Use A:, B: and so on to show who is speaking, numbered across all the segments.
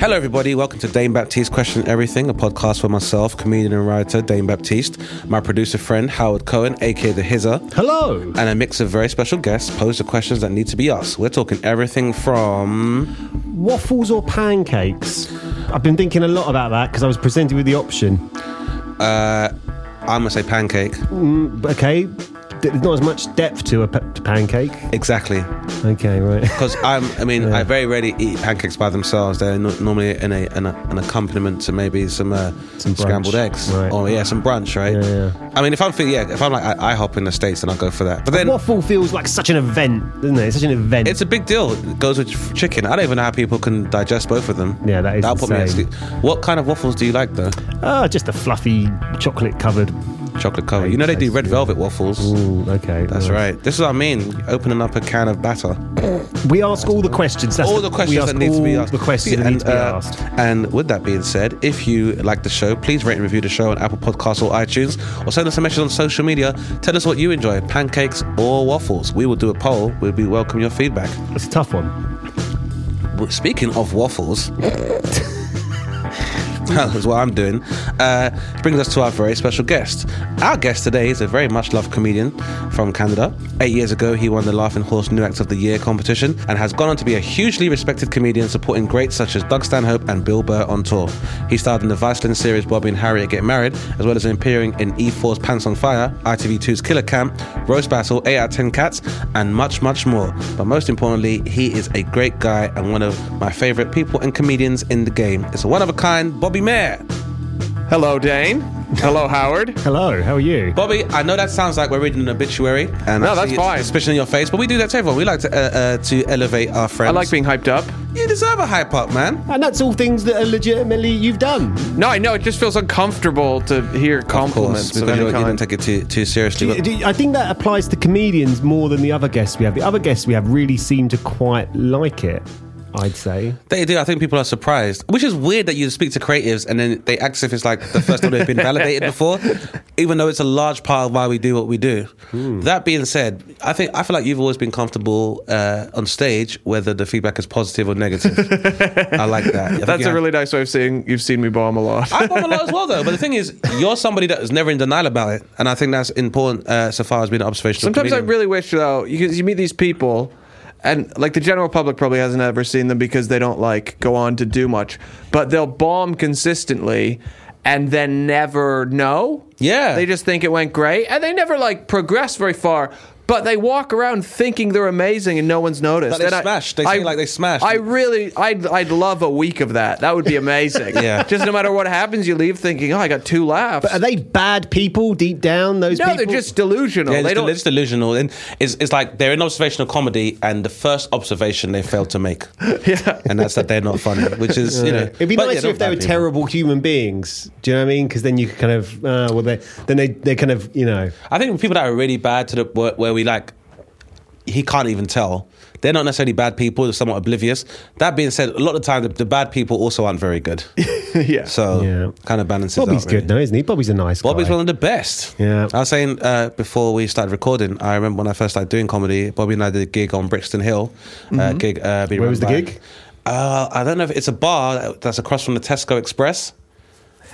A: Hello, everybody. Welcome to Dame Baptiste Question Everything, a podcast for myself, comedian and writer Dame Baptiste, my producer friend Howard Cohen, aka The Hizzer,
B: Hello.
A: and a mix of very special guests pose the questions that need to be asked. We're talking everything from
B: Waffles or pancakes? I've been thinking a lot about that because I was presented with the option.
A: I'm gonna say pancake.
B: But Okay, there's not as much depth to a pa- to pancake.
A: Exactly,
B: Okay, right.
A: because I'm. I mean, I very rarely eat pancakes by themselves. They're no- normally in a, an, an accompaniment to maybe some, uh,
B: Some brunch,
A: scrambled eggs
B: right.
A: or yeah, some brunch, right?
B: Yeah, yeah.
A: I mean, if I'm feeling yeah, if I'm like I, IHOP in the states, then I'll go for that. But then
B: Waffle feels like such an event, doesn't it? It's such an event.
A: It's a big deal. It goes with f- chicken. I don't even know how people can digest both of them.
B: Yeah, that is
A: That'll put me
B: insane.
A: asleep. What kind of waffles do you like though?
B: Ah, just a fluffy chocolate covered.
A: Chocolate cover. You know they do red velvet waffles.
B: Ooh, okay,
A: That's
B: nice.
A: right. This is what I mean. Opening up a can of batter.
B: We ask all the questions. That's
A: All the
B: we
A: questions
B: ask
A: that need to be
B: all
A: asked.
B: The questions that
A: And,
B: need to be
A: uh,
B: asked.
A: And with that being said, if you like the show, please rate and review the show on Apple Podcasts or iTunes, or send us a message on social media. Tell us what you enjoy: pancakes or waffles. We will do a poll. We'll be welcome your feedback.
B: It's a tough one.
A: Well, Speaking of waffles, that was what I'm doing. Uh, brings us to our very special guest. Our guest today is a very much loved comedian from Canada. Eight years ago, he won the Laughing Horse New Act of the Year competition and has gone on to be a hugely respected comedian, supporting greats such as Doug Stanhope and Bill Burr on tour. He starred in the Viceland series Bobby and Harriet Get Married, as well as appearing in E4's Pants on Fire, ITV2's Killer Camp, Roast Battle, 8 out of 10 Cats, and much, much more. But most importantly, he is a great guy and one of my favorite people and comedians in the game. It's a one of a kind Bobby Mayer.
C: Hello, Dane. Hello, Howard.
B: Hello, how are you?
A: Bobby, I know that sounds like we're reading an obituary, and I
C: No,
A: see
C: that's
A: it's
C: fine.
A: Suspicion in your face, but we do that to everyone. We like to uh, uh, to elevate our friends.
C: I like being hyped up.
A: You deserve a hype up, man.
B: And that's all things that are legitimately you've done.
C: No, I know. It just feels uncomfortable to hear compliments
A: of course, because you
C: of, any
A: you didn't
C: kind.
A: take it too too seriously.
B: Do you-
A: but-
B: do you- I think that applies to comedians more than the other guests we have. The other guests we have really seem to quite like it. I'd say.
A: They do. I think people are surprised, which is weird that you speak to creatives and then they act as if it's like the first time they've been validated before, even though it's a large part of why we do what we do.
C: Hmm.
A: That being said, I think I feel like you've always been comfortable uh, on stage, whether the feedback is positive or negative. I like that. I think
C: That's
A: you
C: a
A: have-
C: really nice way of saying you've seen me bomb a lot.
A: I bomb a lot as well, though. But the thing is, you're somebody that is never in denial about it, and I think that's important uh, so far as being an observational.
C: Sometimes I
A: comedian.
C: really wish though, because you meet these people, and like the general public probably hasn't ever seen them because they don't like go on to do much, but they'll bomb consistently and then never know.
A: Yeah.
C: they just think it went great, and they never like progress very far. But they walk around thinking they're amazing and no one's
A: Like
C: noticed.
A: they
C: And I-
A: smashed. They seem like they smashed.
C: I really, I'd, I'd love a week of that. That would be amazing.
A: Yeah.
C: Just no matter what happens, you leave thinking, oh, I got two laughs.
B: But are they bad people deep down? Those
C: no,
B: people?
C: they're just delusional.
A: Yeah,
C: they
A: it's, del-
C: don't.
A: it's delusional, and it's, it's like they're in observational comedy, and the first observation they failed to make, yeah, and that's that they're not funny, which is you know.
B: It'd be
A: but yeah,
B: nicer
A: they're
B: if they
A: bad
B: were
A: people.
B: terrible human beings. Do you know what I mean? Because then you could kind of, uh, well, they then they they kind of, you know,
A: I think people that are really bad to the where, where we like, he can't even tell. They're not necessarily bad people; they're somewhat oblivious. That being said, a lot of the time the, the bad people also aren't very good,
C: yeah.
A: so
B: Yeah.
A: kind of balances.
B: Bobby's
A: out, really.
B: good now, isn't he? Bobby's a nice
A: Bobby's
B: guy.
A: one of the best.
B: Yeah.
A: I was saying uh, before we started recording, I remember when I first started doing comedy, Bobby and I did a gig on Brixton Hill. Uh, gig, uh, being
B: Mm-hmm. Where was
A: run
B: the
A: by-
B: gig?
A: Uh, I don't know if it's a bar that's across from the Tesco Express.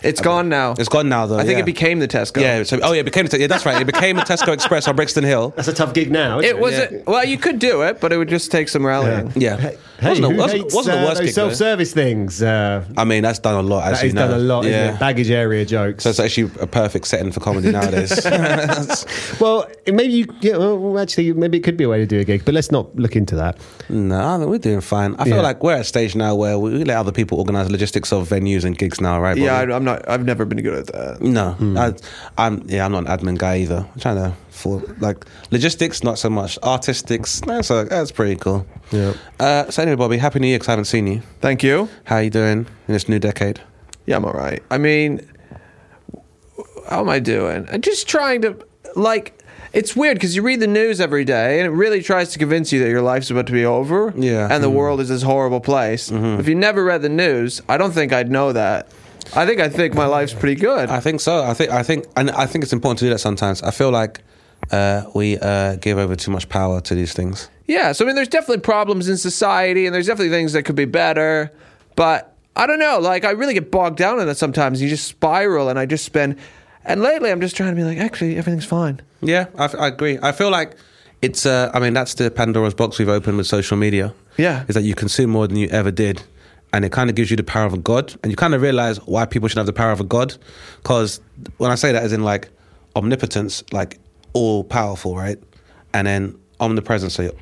C: It's gone now.
A: It's gone now, though.
C: I think
A: yeah.
C: it became the Tesco.
A: Yeah, so, oh yeah, it became yeah, that's right. It became a Tesco Express on Brixton Hill.
B: That's a tough gig now. Isn't
C: It was
A: Yeah.
C: not well. You could do it, but it would just take some rallying.
A: Yeah.
B: Hey,
A: Wasn't a-
B: who
A: wasn't-
B: hates,
A: wasn't a
B: uh,
A: worst
B: those
A: gig, though.
B: self-service things? Uh,
A: I mean, that's done a lot. As
B: that
A: you
B: is
A: know.
B: done a lot,
A: Yeah.
B: isn't it? Baggage area jokes.
A: So it's actually a perfect setting for comedy nowadays.
B: well, maybe you. Yeah, well, actually, maybe it could be a way to do a gig, but let's not look into that.
A: no, I mean, we're doing fine. I feel
B: Yeah.
A: like we're at a stage now where we we let other people organise logistics of venues and gigs now, right?
C: Yeah,
A: Bobby?
C: I, I'm not. I've never been good at that.
A: no,
B: Hmm.
A: I, am Yeah, I'm not an admin guy either. I'm trying to for like logistics, not so much artistics. That's a, that's pretty cool.
B: Yeah.
A: Uh, so anyway, Bobby, happy New Year 'cause I haven't seen you.
C: Thank you.
A: How you doing in this new decade?
C: Yeah, I'm all right. I mean, how am I doing? I'm just trying to, like, it's weird because you read the news every day and it really tries to convince you that your life's about to be over.
A: Yeah. Mm-hmm.
C: And the world is this horrible place. If you never read the news, I don't think I'd know that. I think I think my life's pretty good.
A: I think so. I think I think and I think it's important to do that sometimes. I feel like uh, we uh, give over too much power to these things.
C: Yeah, so I mean, there's definitely problems in society, and there's definitely things that could be better, but I don't know. Like, I really get bogged down in it sometimes. You just spiral, and I just spend. And lately, I'm just trying to be like, actually, everything's fine.
A: Yeah, I, I agree. I feel like it's. Uh, I mean, that's the Pandora's box we've opened with social media.
C: Yeah.
A: is that you consume more than you ever did, and it kind of gives you the power of a god, and you kind of realize why people should have the power of a god, because when I say that, as in like omnipotence, like all powerful, right, and then omnipresence, so you're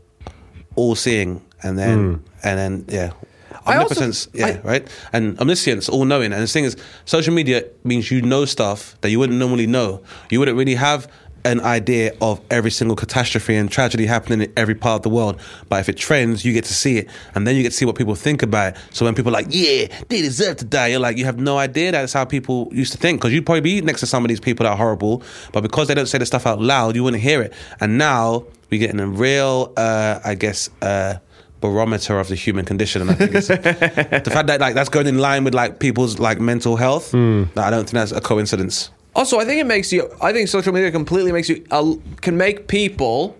A: all seeing, and then and then yeah.
C: Hmm. I also-
A: Omnipotence, yeah,
C: I-
A: right? And omniscience, all knowing. And the thing is, social media means you know stuff that you wouldn't normally know. You wouldn't really have an idea of every single catastrophe and tragedy happening in every part of the world. But if it trends, you get to see it. And then you get to see what people think about it. So when people are like, yeah, they deserve to die, you're like, you have no idea that's how people used to think. Because you'd probably be next to some of these people that are horrible. But because they don't say the stuff out loud, you wouldn't hear it. And now we're getting a real, uh, I guess, uh, barometer of the human condition and i think it's the fact that like that's going in line with like people's like mental health
C: Hmm.
A: i don't think that's a coincidence
C: Also, I think it makes you. I think social media completely makes you uh, can make people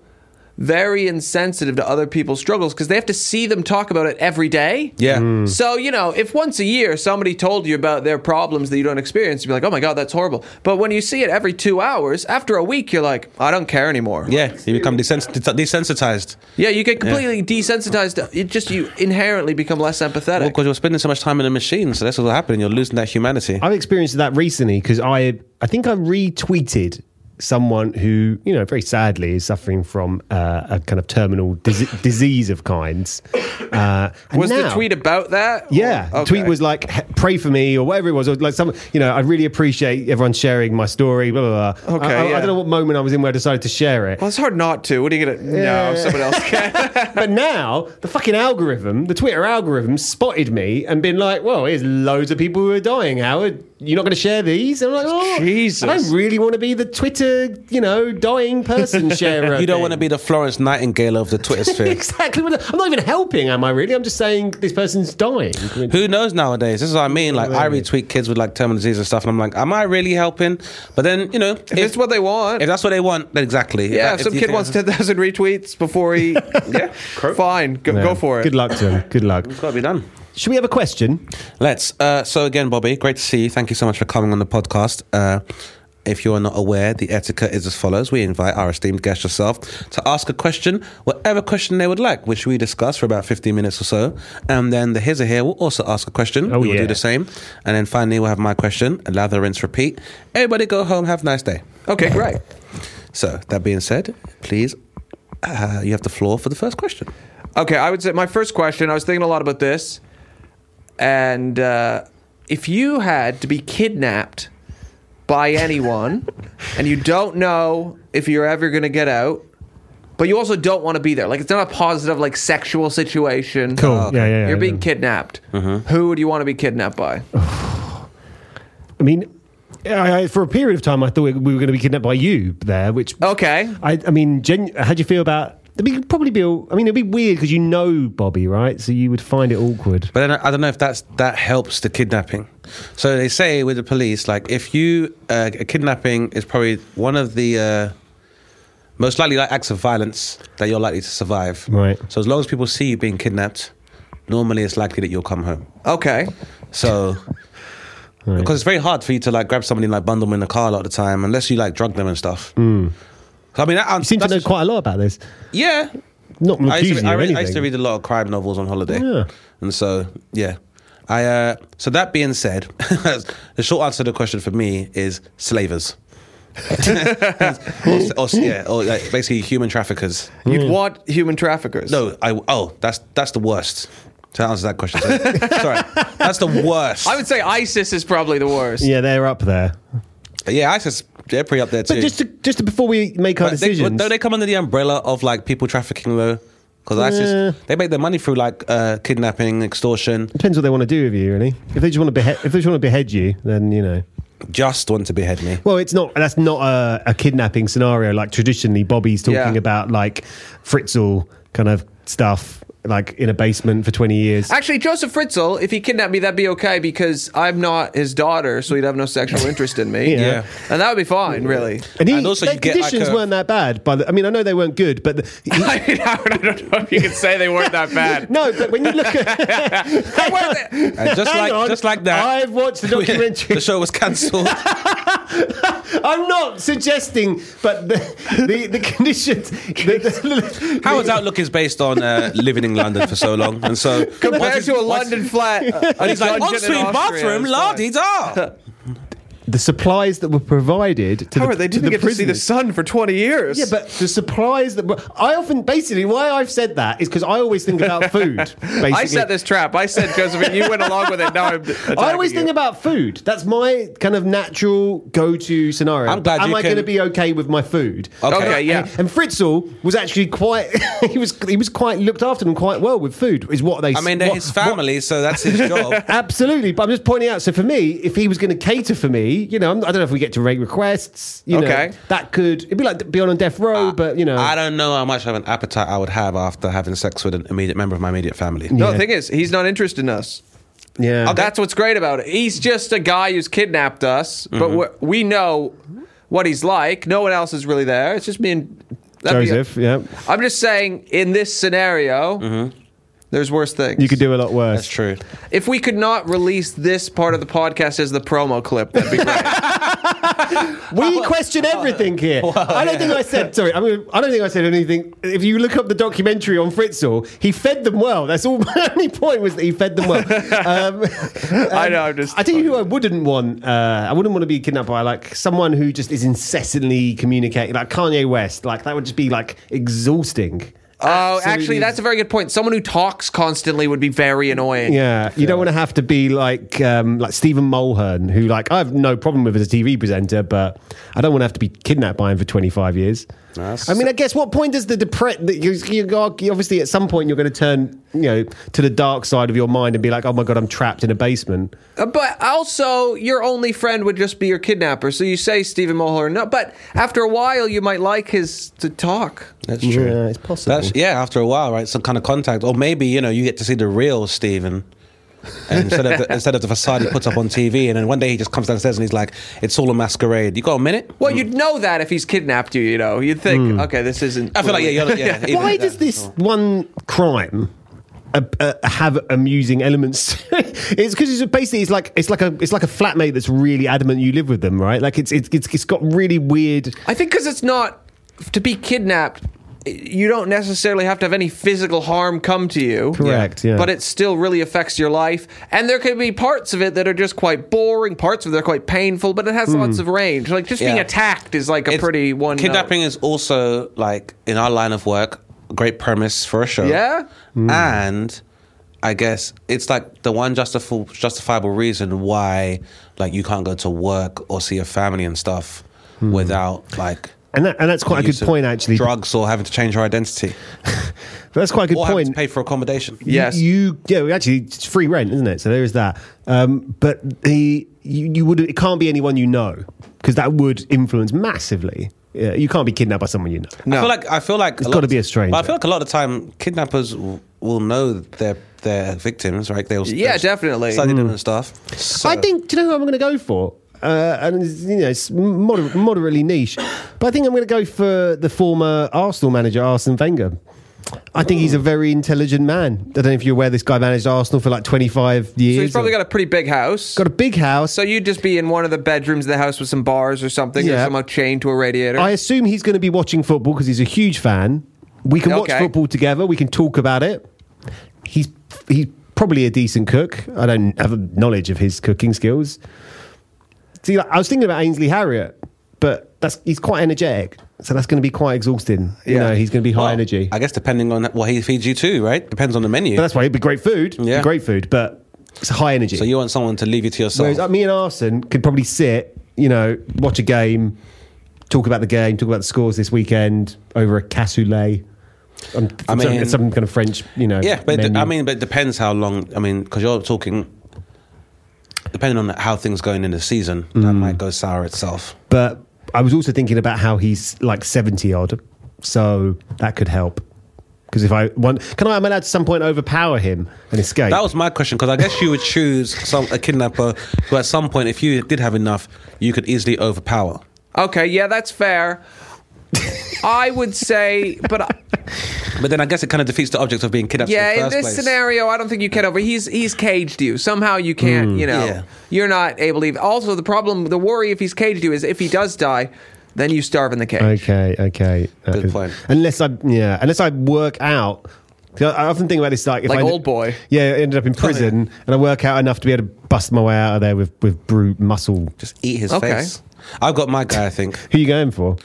C: very insensitive to other people's struggles because they have to see them talk about it every day.
A: yeah
B: Hmm.
C: So you know, if once a year somebody told you about their problems that you don't experience, you'd be like, "Oh my god, that's horrible." But when you see it every two hours, after a week, you're like, "I don't care anymore."
A: yeah you become desens- desensitized
C: Yeah, you get completely desensitized. To, it just you inherently become less
A: well
C: empathetic.
A: because you're spending so much time in a machine so that's what's happening you're losing that humanity
B: I've experienced that recently because I I think I retweeted someone who you know very sadly is suffering from uh, a kind of terminal dis- disease of kinds. Uh, and
C: was the
B: now-
C: tweet about that?
B: Yeah,
C: Or-
B: the tweet
C: okay.
B: was like "H- "pray for me" or whatever it was. Or like some, you know, I really appreciate everyone sharing my story. Blah blah. blah.
C: Okay,
B: I, I- I
C: yeah.
B: don't know what moment I was in where I decided to share it.
C: Well, it's hard not to. What are you gonna? No, someone else can.
B: but now the fucking algorithm, the Twitter algorithm, spotted me and been like, "Well, here's loads of people who are dying. Howard, you're not going to share these?" And I'm like, "Oh,
C: Jesus.
B: I don't really want to be the Twitter, you know, dying person sharer.
A: you don't want to be the florence nightingale of the twitter sphere
B: exactly. what I- I'm not even helping, am I? Really? I'm just saying this person's dying.
A: Who knows nowadays? This is what I mean. Like, I retweet kids with like terminal disease and stuff, and I'm like, am I really helping? But then, you know, if,
C: it's what they want.
A: if that's what they want, then exactly.
C: Yeah,
A: that-
C: if some
A: you
C: kid
A: think-
C: wants 10,000 retweets before he. yeah, fine. Go, go for it.
B: Good luck to him. Good luck.
A: it's got to be done.
B: Should we have a question?
A: Let's. Uh, so again, Bobby, great to see you. Thank you so much for coming on the podcast. Uh, if you are not aware, the etiquette is as follows: We invite our esteemed guest yourself to ask a question, whatever question they would like, which we discuss for about fifteen minutes or so, and then the his or here will also ask a question.
B: Oh,
A: we will
B: yeah.
A: do the same, and then finally we'll have my question. Lather, rinse, repeat. Everybody, go home. Have a nice day.
C: Okay, great.
A: So that being said, please, uh, you have the floor for the first question.
C: Okay, I would say my first question I was thinking a lot about this. And uh, if you had to be kidnapped by anyone and you don't know if you're ever going to get out, but you also don't want to be there, like it's not a positive, like sexual situation. Uh,
B: Cool. Yeah, yeah, yeah.
C: Oh, You're being
B: yeah.
C: kidnapped. Who would you want to be kidnapped by?
B: I mean, I, I, for a period of time, I thought we were going to be kidnapped by you there, which
C: Okay.
B: I, I mean, gen, how do you feel about? It'd be, probably be. all- I mean, it'd be weird because you know Bobby, right? So you would find it awkward.
A: But then I I don't know if that's that helps the kidnapping. So they say with the police, like if you uh, a kidnapping is probably one of the uh, most likely like acts of violence that you're likely to survive.
B: Right.
A: So as long as people see you being kidnapped, normally it's likely that you'll come home.
C: Okay.
A: So. Because it's very hard for you to like grab somebody and like bundle them in the car a lot of the time, unless you like drug them and stuff. I mean, that, um,
B: You seem to know quite a lot about this.
A: yeah,
B: Not
A: I used,
B: accusing
A: to,
B: you
A: I,
B: of
A: read, I used to
B: anything. Oh,
A: read a lot of crime novels on holiday,
B: Yeah.
A: and so yeah. I uh, so that being said, the short answer to the question for me is slavers, or, or- yeah, or like, basically human traffickers.
C: You'd want human traffickers.
A: No, I oh that's that's the worst. To answer that question, sorry, Sorry. that's the worst.
C: I would say ISIS is probably the worst.
B: Yeah, they're up there.
A: yeah, ISIS they're pretty up there too.
B: But just to, just to, before we make our
A: But they,
B: decisions,
A: don't they come under the umbrella of like people trafficking though? Because ISIS,
B: Yeah.
A: they make their money through like uh, kidnapping, extortion.
B: depends what they want to do with you, really. If they just want to behead, if they just want to behead you, then you know.
A: Just want to behead me.
B: Well, it's not. That's not a, a kidnapping scenario like traditionally. Bobby's talking
C: Yeah.
B: about like Fritzl kind of stuff, like in a basement for twenty years.
C: Actually, Joseph Fritzl, if he kidnapped me, that'd be okay because I'm not his daughter, so he'd have no sexual interest in me.
B: Yeah. Yeah.
C: And that would be fine, really.
B: And, he,
A: And also
B: the
A: you get, like,
B: conditions
A: a-
B: weren't that bad. By the, I mean, I know they weren't good, but the,
C: I, mean, I don't know if you could say they weren't that bad.
B: no. But when you look at
C: They weren't that-
A: And just
B: Hang
A: like
B: on.
A: just like that,
B: I've watched the documentary.
A: the show was cancelled.
B: I'm not suggesting, but the the, the conditions. The, the,
A: Howard's Outlook is based on uh, living in London for so long, and so
C: Compared to a London flat.
A: and he's like
C: dungeon in
A: ensuite
C: Austria,
A: bathroom,
C: it's
A: la
C: fine.
A: di da.
B: the supplies that were provided to
C: Howard,
B: the
C: they didn't
B: to
C: get
B: the
C: to see the
B: prisoners.
C: sun for 20 years.
B: Yeah, but the supplies that were, I often basically why I've said that is because I always think about food. Basically.
C: I set this trap. I said, Josephine, you went along with it. Now I'm.
B: I always
C: attacking you.
B: think about food. That's my kind of natural go-to scenario.
A: I'm glad
B: Am
A: you
B: I
A: can-
B: going to be okay with my food?
A: Okay.
C: Okay, yeah.
B: And Fritzl was actually quite. he was he was quite looked after and quite well with food. Is what they.
A: I mean, they're
B: what-
A: his family, so that's his job.
B: Absolutely, but I'm just pointing out. So for me, if he was going to cater for me, you know, I'm, I don't know if we get to rate requests. You
C: Okay.
B: know, that could it'd be like beyond on death row, but you know,
A: Uh, I don't know how much of an appetite I would have after having sex with an immediate member of my immediate family.
C: No,
B: Yeah.
C: the thing is, he's not interested in us.
B: yeah,
C: That's what's great about it. He's just a guy who's kidnapped us, but
B: Mm-hmm.
C: we're- we know what he's like. No one else is really there. It's just me and that'd be-
B: Joseph. yeah,
C: I'm just saying, in this scenario, there's worse things.
B: Mm-hmm. you could do a lot worse.
A: That's true.
C: If we could not release this part of the podcast as the promo clip, that'd be great.
B: We question everything here. I don't think I said sorry. I mean, I don't think I said anything. If you look up the documentary on Fritzl, he fed them well. That's all. My only point was that he fed them well. Um,
C: I know.
B: um,
C: I'm just.
B: I tell you who I wouldn't want. Uh, I wouldn't want to be kidnapped by like someone who just is incessantly communicating, like Kanye West. Like that would just be like exhausting.
C: Oh,
B: Absolutely.
C: actually, that's a very good point. Someone who talks constantly would be very annoying.
B: Yeah, you don't want to have to be like um, like Stephen Mulhern, who like I have no problem with as a TV presenter, but I don't want to have to be kidnapped by him for twenty five years.
A: That's-
B: I mean, I guess what point does the depress? You, you go- obviously at some point you're going to turn you know to the dark side of your mind and be like, oh my god, I'm trapped in a basement.
C: Uh, But also, your only friend would just be your kidnapper. So you say Stephen Mulhern, no, but after a while, you might like his to talk.
A: That's true.
B: Yeah, it's possible.
A: That's yeah. After a while, right? Some kind of contact, or maybe you know, you get to see the real Stephen. And instead of the, instead of the facade he puts up on TV, and then one day he just comes downstairs and he's like, "It's all a masquerade." You got a minute?
C: Well, you'd know that if he's kidnapped you. You know, you'd think,
B: Hmm.
C: okay, this isn't.
A: I feel like yeah, you're, yeah. even-
B: Why does
A: yeah.
B: this one crime uh, uh, have amusing elements? it's because it's basically it's like it's like a it's like a flatmate that's really adamant you live with them, right? Like it's it's it's, it's got really weird.
C: I think because it's not to be kidnapped. You don't necessarily have to have any physical harm come to you.
B: Correct, yeah.
C: But it still really affects your life. And there could be parts of it that are just quite boring, parts of it that are quite painful, but it
B: Hmm.
C: has lots of range. Like just being
A: Yeah.
C: attacked is like a
A: It's-
C: pretty one.
A: Kidnapping is also like in our line of work, a great premise for a show. Mm.
C: Yeah?
B: Mm.
A: and I guess it's like the one justifiable justifiable reason why like you can't go to work or see your family and stuff without like.
B: And that, and that's quite Hmm. a
A: use
B: good
A: of
B: point actually.
A: Drugs or having to change her identity.
B: That's quite a good
A: or having to
B: point.
A: pay for accommodation.
B: You-
C: Yes.
B: You, yeah, actually, it's free rent, isn't it? So there is that. Um, but the you, you would it can't be anyone you know because that would influence massively. Yeah, you can't be kidnapped by someone you know.
A: I feel like I feel like it's
B: gotta be a stranger.
A: But I feel like a lot of the time kidnappers w- will know their their victims, right? They'll
C: Yeah,
A: they'll
C: definitely.
A: study them and stuff. So-
B: Mm. I think, do you know who I'm going to go for? Uh, and it's, you know, it's moder- moderately niche, but I think I'm going to go for the former Arsenal manager Arsene Wenger. I think he's a very intelligent man. I don't know if you're aware this guy managed Arsenal for like 25 years.
C: So he's probably
B: or-
C: got a pretty big house.
B: got a big house.
C: so you'd just be in one of the bedrooms of the house with some bars or something, or
B: Yeah.
C: somehow chained to a radiator.
B: I assume he's going to be watching football because he's a huge fan. We can watch
C: Okay.
B: football together. We can talk about it. He's he's probably a decent cook. I don't have a knowledge of his cooking skills. See, like, I was thinking about Ainsley Harriott, but that's he's quite energetic, so that's going to be quite exhausting. You
A: Yeah.
B: know, he's going to be high
A: Well,
B: energy.
A: I guess depending on what he feeds you too, right? Depends on the menu.
B: but that's why it'd be great food. It'd be
A: Yeah.
B: great food, but it's high energy.
A: so you want someone to leave you to yourself.
B: Whereas like, me and Arson could probably sit, you know, watch a game, talk about the game, talk about the scores this weekend over a cassoulet. Um,
A: I
B: some-
A: mean-
B: some kind of French, you know.
A: yeah, but it-
B: menu.
A: I mean, but it depends how long. I mean, because you're talking, depending on how things going in the season, that
B: Mm.
A: might go sour itself.
B: but I was also thinking about how he's like seventy odd, so that could help. Because if I want, can I? Am I allowed to some point overpower him and escape?
A: That was my question because I guess you would choose some a kidnapper who, at some point, if you did have enough, you could easily overpower.
C: Okay, yeah, that's fair. I would say, but I-
A: But then I guess it kind of defeats the object of being kidnapped.
C: yeah,
A: in the
C: in
A: first
C: this
A: place.
C: scenario, I don't think you can over. He's he's caged you somehow. You can't, you know,
A: Mm, Yeah.
C: you're not able to. Even, also, the problem, the worry if he's caged you is if he does die, then you starve in the cage.
B: Okay, okay. That
A: Good
B: is-
A: point.
B: Unless I, yeah, unless I work out. 'cause I often think about this like if
C: Like
B: I,
C: old boy.
B: Yeah, I ended up in prison, and I work out enough to be able to bust my way out of there with with brute muscle.
A: Just eat his
C: Okay.
A: face. I've got my guy. I think
B: Who you going for?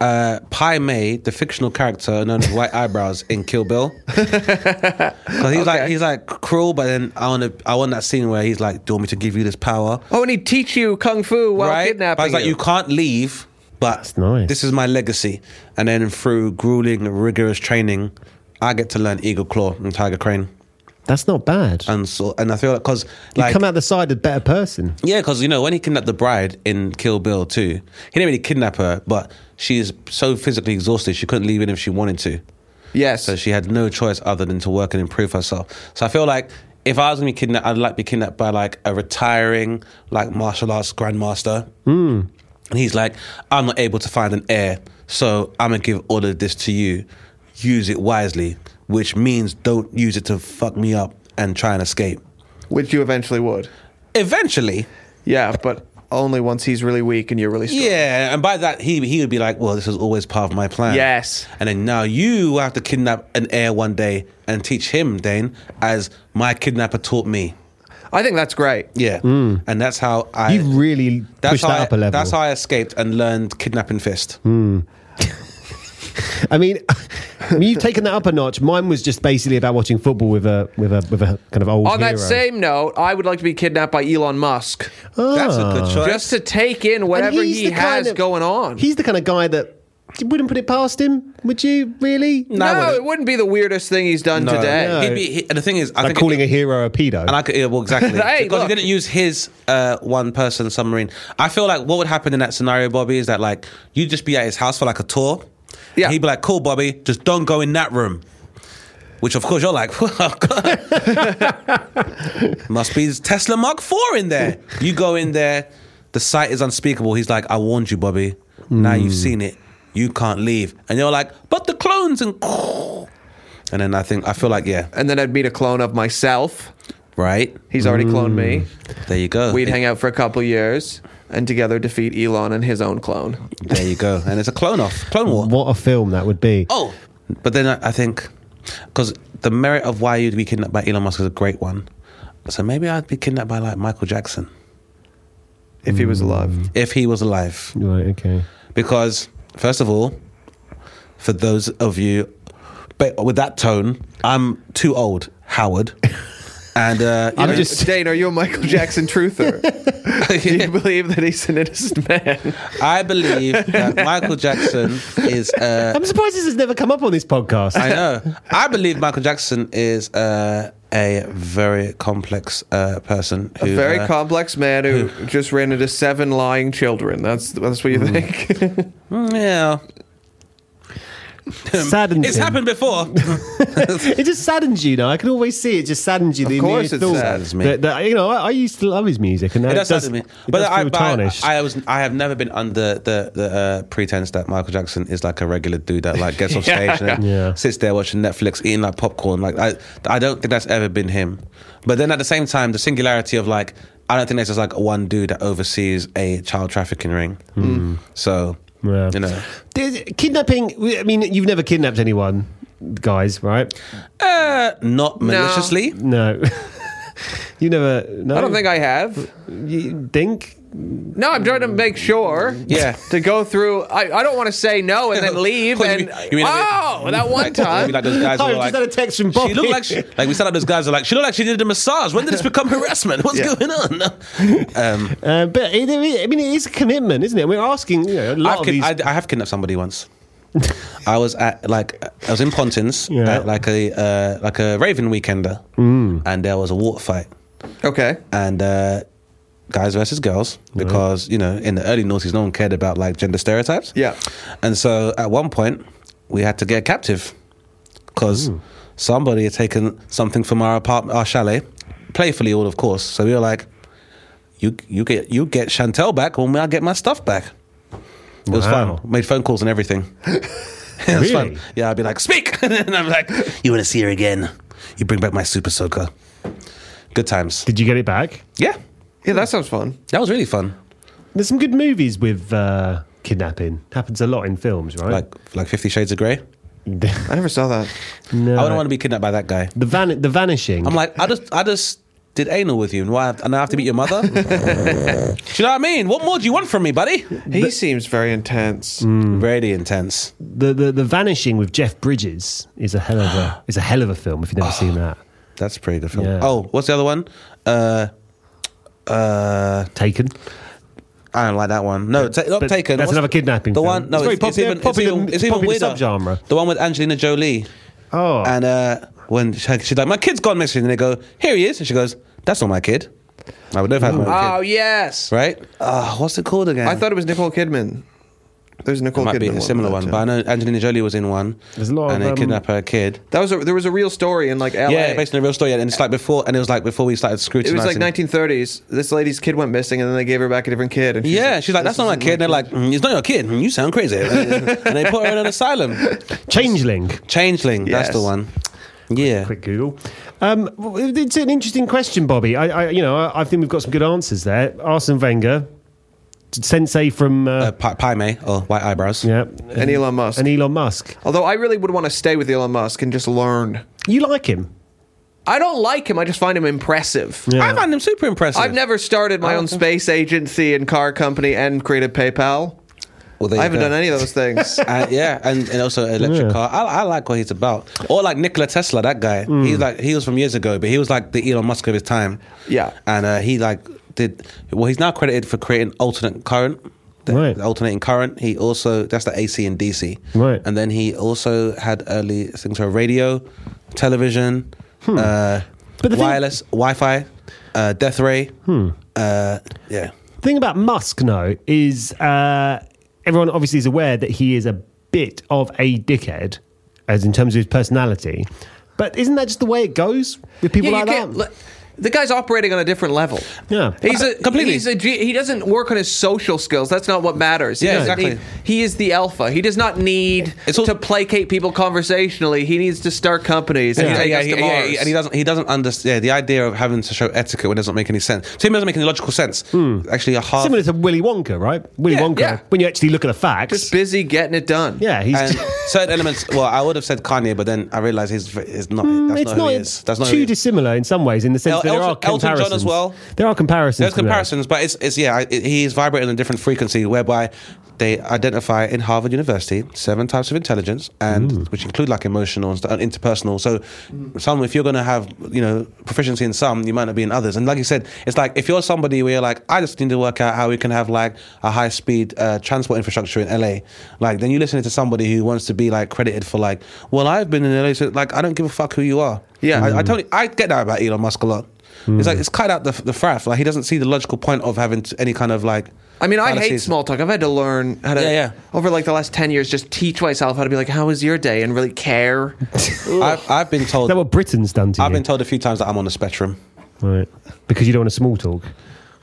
A: uh, Pai Mei, the fictional character known as White Eyebrows in Kill Bill. 'Cause he's like he's like cruel, but then I want to I want that scene where he's like, "Do you want me to give you this power?"
C: Oh, and he teach you kung fu while
A: But
C: kidnapping
A: it's like you.
C: you.
A: can't leave. But
B: nice.
A: this is my legacy, and then through grueling, rigorous training, I get to learn Eagle Claw and Tiger Crane,
B: That's not bad.
A: and so and I feel like because
B: you
A: Uh, like
B: come out the side a better person.
A: yeah, because you know when he kidnapped the bride in Kill Bill too, he didn't really kidnap her, but she's so physically exhausted she couldn't leave even if she wanted to.
C: Yes.
A: So she had no choice other than to work and improve herself. So I feel like if I was gonna be kidnapped, I'd like to be kidnapped by like a retiring like martial arts grandmaster. Mm. And he's like, I'm not able to find an heir, so I'm gonna give all of this to you. Use it wisely, which means don't use it to fuck me up and try and escape.
C: Which you eventually would.
A: Eventually,
C: Yeah, but only once he's really weak and you're really strong.
A: yeah, and by that he he would be like, well, this was always part of my plan.
C: Yes.
A: and then now you have to kidnap an heir one day and teach him, Dane, as my kidnapper taught me.
C: I think that's great.
A: Yeah, and that's how I.
B: Hmm. You've really pushed
A: how
B: that
A: I-
B: up a level. Hmm.
A: That's how I escaped and learned kidnapping fist.
B: I mean, I mean, you've taken that up a notch. Mine was just basically about watching football with a with a with a kind of old.
C: On that
B: hero.
C: same note, I would like to be kidnapped by Elon Musk
A: That's a
B: Ah.
A: good choice.
C: just to take in whatever
B: And he's
C: he
B: the kind
C: has
B: of-
C: going on.
B: He's the kind of guy that you wouldn't put it past him, would you? Really?
C: no,
A: wouldn't.
C: it wouldn't be the weirdest thing he's done today.
B: no.
A: He'd be, he, and the thing is, I
B: Like
A: think
B: calling
A: it,
B: a hero a pedo.
A: And I could, yeah, well, exactly.
C: Hey,
A: because
C: look.
A: he didn't use his uh, one person submarine. I feel like what would happen in that scenario, Bobby, is that like you'd just be at his house for like a tour.
C: Yeah.
A: And he'd be like, cool, Bobby, just don't go in that room. Which, of course, you're like, well, God. Must be Tesla Mark 4 in there. You go in there, the sight is unspeakable. He's like, I warned you, Bobby. Now you've
C: Mm.
A: seen it. You can't leave. And you're like, but the clones and. And then I think, I feel like, yeah,
C: And then I'd meet a clone of myself.
A: right?
C: He's already cloned me.
A: There you go.
C: We'd hang out for a couple years and together defeat Elon and his own clone.
A: There you go. And it's a clone off, Clone War.
B: what a film that would be.
A: Oh, but then I, I think because the merit of why you'd be kidnapped by Elon Musk is a great one. So maybe I'd be kidnapped by like Michael Jackson
C: If he was alive.
A: if he was alive.
B: Right, okay.
A: Because first of all, for those of you, but with that tone, I'm too old, Howard. And uh, you
B: I'm
A: know-
B: just-
C: Dane, are you a Michael Jackson truther? Do you believe that he's an innocent man?
A: I believe that Michael Jackson is uh,
B: I'm surprised this has never come up on this podcast.
A: I know. I believe Michael Jackson is uh, a very complex uh, person. Who,
C: A very
A: uh,
C: complex man who just ran into seven lying children. That's that's what you think.
A: mm, yeah.
B: saddens
A: It's
B: him.
A: happened before.
B: It just saddens you now. I can always see it just saddens you. Of the
C: course
B: mere
C: it
B: thought
C: saddens
A: me.
B: That, that, you know, I, I used to love his music, and that
A: it does
B: does
A: happen to me.
B: it
A: But,
B: does
A: I,
B: feel
A: but I,
B: tarnished.
A: I was I have never been under the the uh, pretense that Michael Jackson is like a regular dude that like gets off stage and
B: Yeah.
A: sits there watching Netflix, eating like popcorn. Like I I don't think that's ever been him. But then at the same time, the singularity of like I don't think there's just like one dude that oversees a child trafficking ring. So
B: Hmm. Yeah.
A: you know.
B: There's- kidnapping. I mean, you've never kidnapped anyone. guys, right?
A: Uh, not maliciously.
B: No. you never. No.
C: I don't think I have.
B: You think?
C: No, I'm trying to make sure.
A: Yeah.
C: To go through. I, I don't want to say no and then leave.
A: Of course,
C: and
A: you mean- you mean like-
C: oh, that one
A: Like, maybe
C: time.
A: like those guys who
B: I
A: were
B: just
A: like,
B: had a text from
A: She
B: Bobby.
A: looked like she, like we said. Those guys are like she looked like she did a massage. When did this become harassment? What's
C: Yeah.
A: going on? um,
B: Uh, but it, it- I mean, it is a commitment, isn't it? We're asking you know, a lot
A: I've
B: of
A: kid-
B: these.
A: I, I have kidnapped somebody once. I was at like I was in Pontins
B: Yeah.
A: at like a uh, like a Raven weekender,
B: Mm.
A: and there was a water fight
C: Okay.
A: and uh, guys versus girls because you know in the early noughties no one cared about like gender stereotypes.
C: Yeah.
A: and so at one point we had to get captive because somebody had taken something from our apartment, our chalet, playfully, all of course. So we were like, "You you get you get Chantel back when I get my stuff back." It was
B: Wow.
A: fun. Made phone calls and everything. it was
B: Really?
A: fun. Yeah, I'd be like, "Speak," and then I'm like, "You want to see her again? You bring back my super soaker." Good times.
B: Did you get it back?
A: Yeah,
C: Yeah, that sounds fun.
A: that was really fun.
B: There's some good movies with uh, kidnapping. Happens a lot in films, right?
A: Like like Fifty Shades of Grey.
C: I never saw that.
B: no.
A: I wouldn't want to be kidnapped by that guy.
B: the van, the vanishing.
A: I'm like, I just I just did anal with you, and why? And I have to meet your mother. do you know what I mean? What more do you want from me, buddy?
C: He seems very intense.
A: Hmm.
B: Mm.
A: Really intense.
B: the, the the vanishing with Jeff Bridges is a hell of a is a hell of a film. If you've never seen that,
A: That's a pretty good film.
B: Yeah.
A: Oh, what's the other one? Uh, uh,
B: Taken.
A: I don't like that one. No, ta- not
B: But
A: taken.
B: that's
A: What's-
B: another kidnapping
A: The
B: film.
A: one, no,
B: It's
A: it's,
B: very
A: it's
B: popular-
A: even, it's
B: popular-
A: even, it's
B: it's
A: even
B: popular
A: weirder.
B: subgenre.
A: The one with Angelina Jolie.
B: Oh,
A: And uh, when she, she's like, my kid's gone missing, and they go, here he is, and she goes, that's not my kid. I would never have my
B: Ah.
C: Oh
A: own kid,
C: yes.
A: right? Uh, what's it called again?
C: I thought it was Nicole Kidman. There's a Nicole
A: might
C: Kidman.
A: be a
C: one
A: similar
C: with
A: one,
C: that,
A: but I
C: too.
A: know Angelina Jolie was in one.
B: There's a lot
A: and
B: of,
A: they
B: um,
A: kidnap her kid.
C: that was a, there was a real story in like L.A.
A: Yeah, based on a real story, and it's like before, and it was like before we started
C: it
A: scrutinizing.
C: was like 1930s. This lady's kid went missing, and then they gave her back a different kid. And she's
A: Yeah, she's like,
C: "This
A: that's not my
C: isn't
A: kid. And they're like, "Mm, it's not your kid. Mm, You sound crazy. and they put her in an asylum.
B: Changeling.
A: Changeling, that's the
C: Yes.
A: one. Yeah.
B: Quick Google. Um, well, it's an interesting question, Bobby. I, I you know, I, I think we've got some good answers there. Arsene Wenger, Sensei from uh,
A: Uh, pi- Pi Mei, or White Eyebrows.
B: yeah,
C: And Elon Musk.
B: and Elon Musk.
C: Although I really would want to stay with Elon Musk and just learn.
B: You like him?
C: I don't like him. I just find him impressive.
A: I find him super impressive.
C: I've never started my own space agency and car company and created PayPal.
A: Well, there
C: I
A: you
C: haven't
A: go.
C: done any of those things.
A: Uh, yeah, and, and also electric
B: Yeah.
A: car. I, I like what he's about. Or like Nikola Tesla, that guy.
B: Mm.
A: He's like he was from years ago, but he was like the Elon Musk of his time.
C: Yeah.
A: and uh, he like did well. He's now credited for creating alternate current. The,
B: Right.
A: the alternating current. He also that's the AC and DC.
B: Right.
A: and then he also had early things for radio, television, uh,
B: Hmm. But the thing- Hmm.
A: wireless, Wi-Fi, uh, death ray. Uh, yeah,
B: The thing about Musk, no, is uh, everyone obviously is aware that he is a bit of a dickhead, as in terms of his personality. But isn't that just the way it goes with people
C: Yeah, you
B: like that?
C: can't- le- the guy's operating on a different level.
B: Yeah.
C: he's a,
A: Completely.
C: He's a, ge- he doesn't work on his social skills. That's not what matters. He
A: Yeah,
C: doesn't
A: exactly.
C: Need, he is the alpha. He does not need
A: It's all-
C: to placate people conversationally. He needs to start companies and
A: Yeah,
C: take
A: yeah,
C: us
A: he-
C: to
A: yeah,
C: Mars.
A: he- and he doesn't. He doesn't understand yeah, the idea of having to show etiquette when it doesn't make any sense. To him, it doesn't make any logical sense. Actually, a half.
B: Similar to Willy Wonka, right? Willy
C: Yeah,
B: Wonka.
C: yeah.
B: When you actually look at the facts,
C: just busy getting it done.
B: yeah, he's.
A: and certain elements. Well, I would have said Kanye, but then I realized he's, he's not. That's
B: it's
A: not, who he is. That's not who
B: too
A: he is.
B: dissimilar in some ways, in the sense
A: El-
B: that there
A: Elton-
B: are
A: Elton John
B: comparisons.
A: as well.
B: There are comparisons.
A: There's
B: to be made.
A: comparisons, but it's, it's yeah, I- it, he is vibrating on a different frequency whereby they identify in Harvard University seven types of intelligence, and which include like emotional and st- and interpersonal. So, some if you're going to have you know proficiency in some, you might not be in others. And like you said, it's like if you're somebody where you're like, I just need to work out how we can have like a high speed uh, transport infrastructure in LA, like then you listen to somebody who wants to be like credited for like, well, I've been in LA, so like I don't give a fuck who you are.
C: Yeah.
A: I, I totally I get that about Elon Musk a lot. It's like it's cut out the the fraff. Like he doesn't see the logical point of having t- any kind of like.
C: I mean, I hate
A: fallacies.
C: small talk. I've had to learn how to,
A: Yeah, yeah.
C: over like the last 10 years, just teach myself how to be like, how was your day? And really care.
A: I've, I've been
B: Is
A: told.
B: that what Britain's done to
A: I've
B: you?
A: been told a few times that I'm on the spectrum.
B: right. Because you don't want to small talk.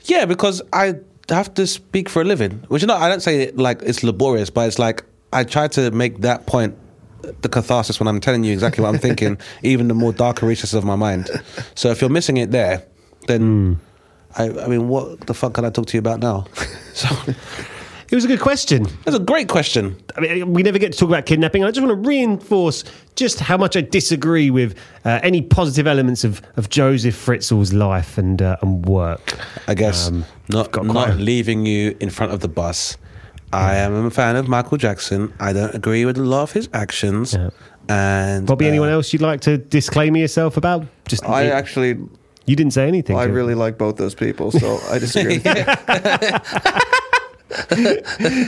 A: Yeah, because I have to speak for a living, which you know I don't say it like it's laborious, but it's like I try to make that point the catharsis when I'm telling you exactly what I'm thinking, even the more darker recesses of my mind. So if you're missing it there, then I, I mean, what the fuck can I talk to you about now? So
B: It was a good question.
A: That's a great question.
B: I mean, we never get to talk about kidnapping. I just want to reinforce just how much I disagree with uh, any positive elements of, of Joseph Fritzl's life and uh, and work.
A: I guess
B: Um,
A: not
B: got quite
A: not
B: a-
A: leaving you in front of the bus. I am a fan of Michael Jackson. I don't agree with a lot of his actions.
B: Yeah.
A: And
B: Bobby,
A: uh,
B: anyone else you'd like to disclaim yourself about? Just
C: I actually,
B: you didn't say anything.
C: I
B: Kevin.
C: really like both those people, so I disagree. with you.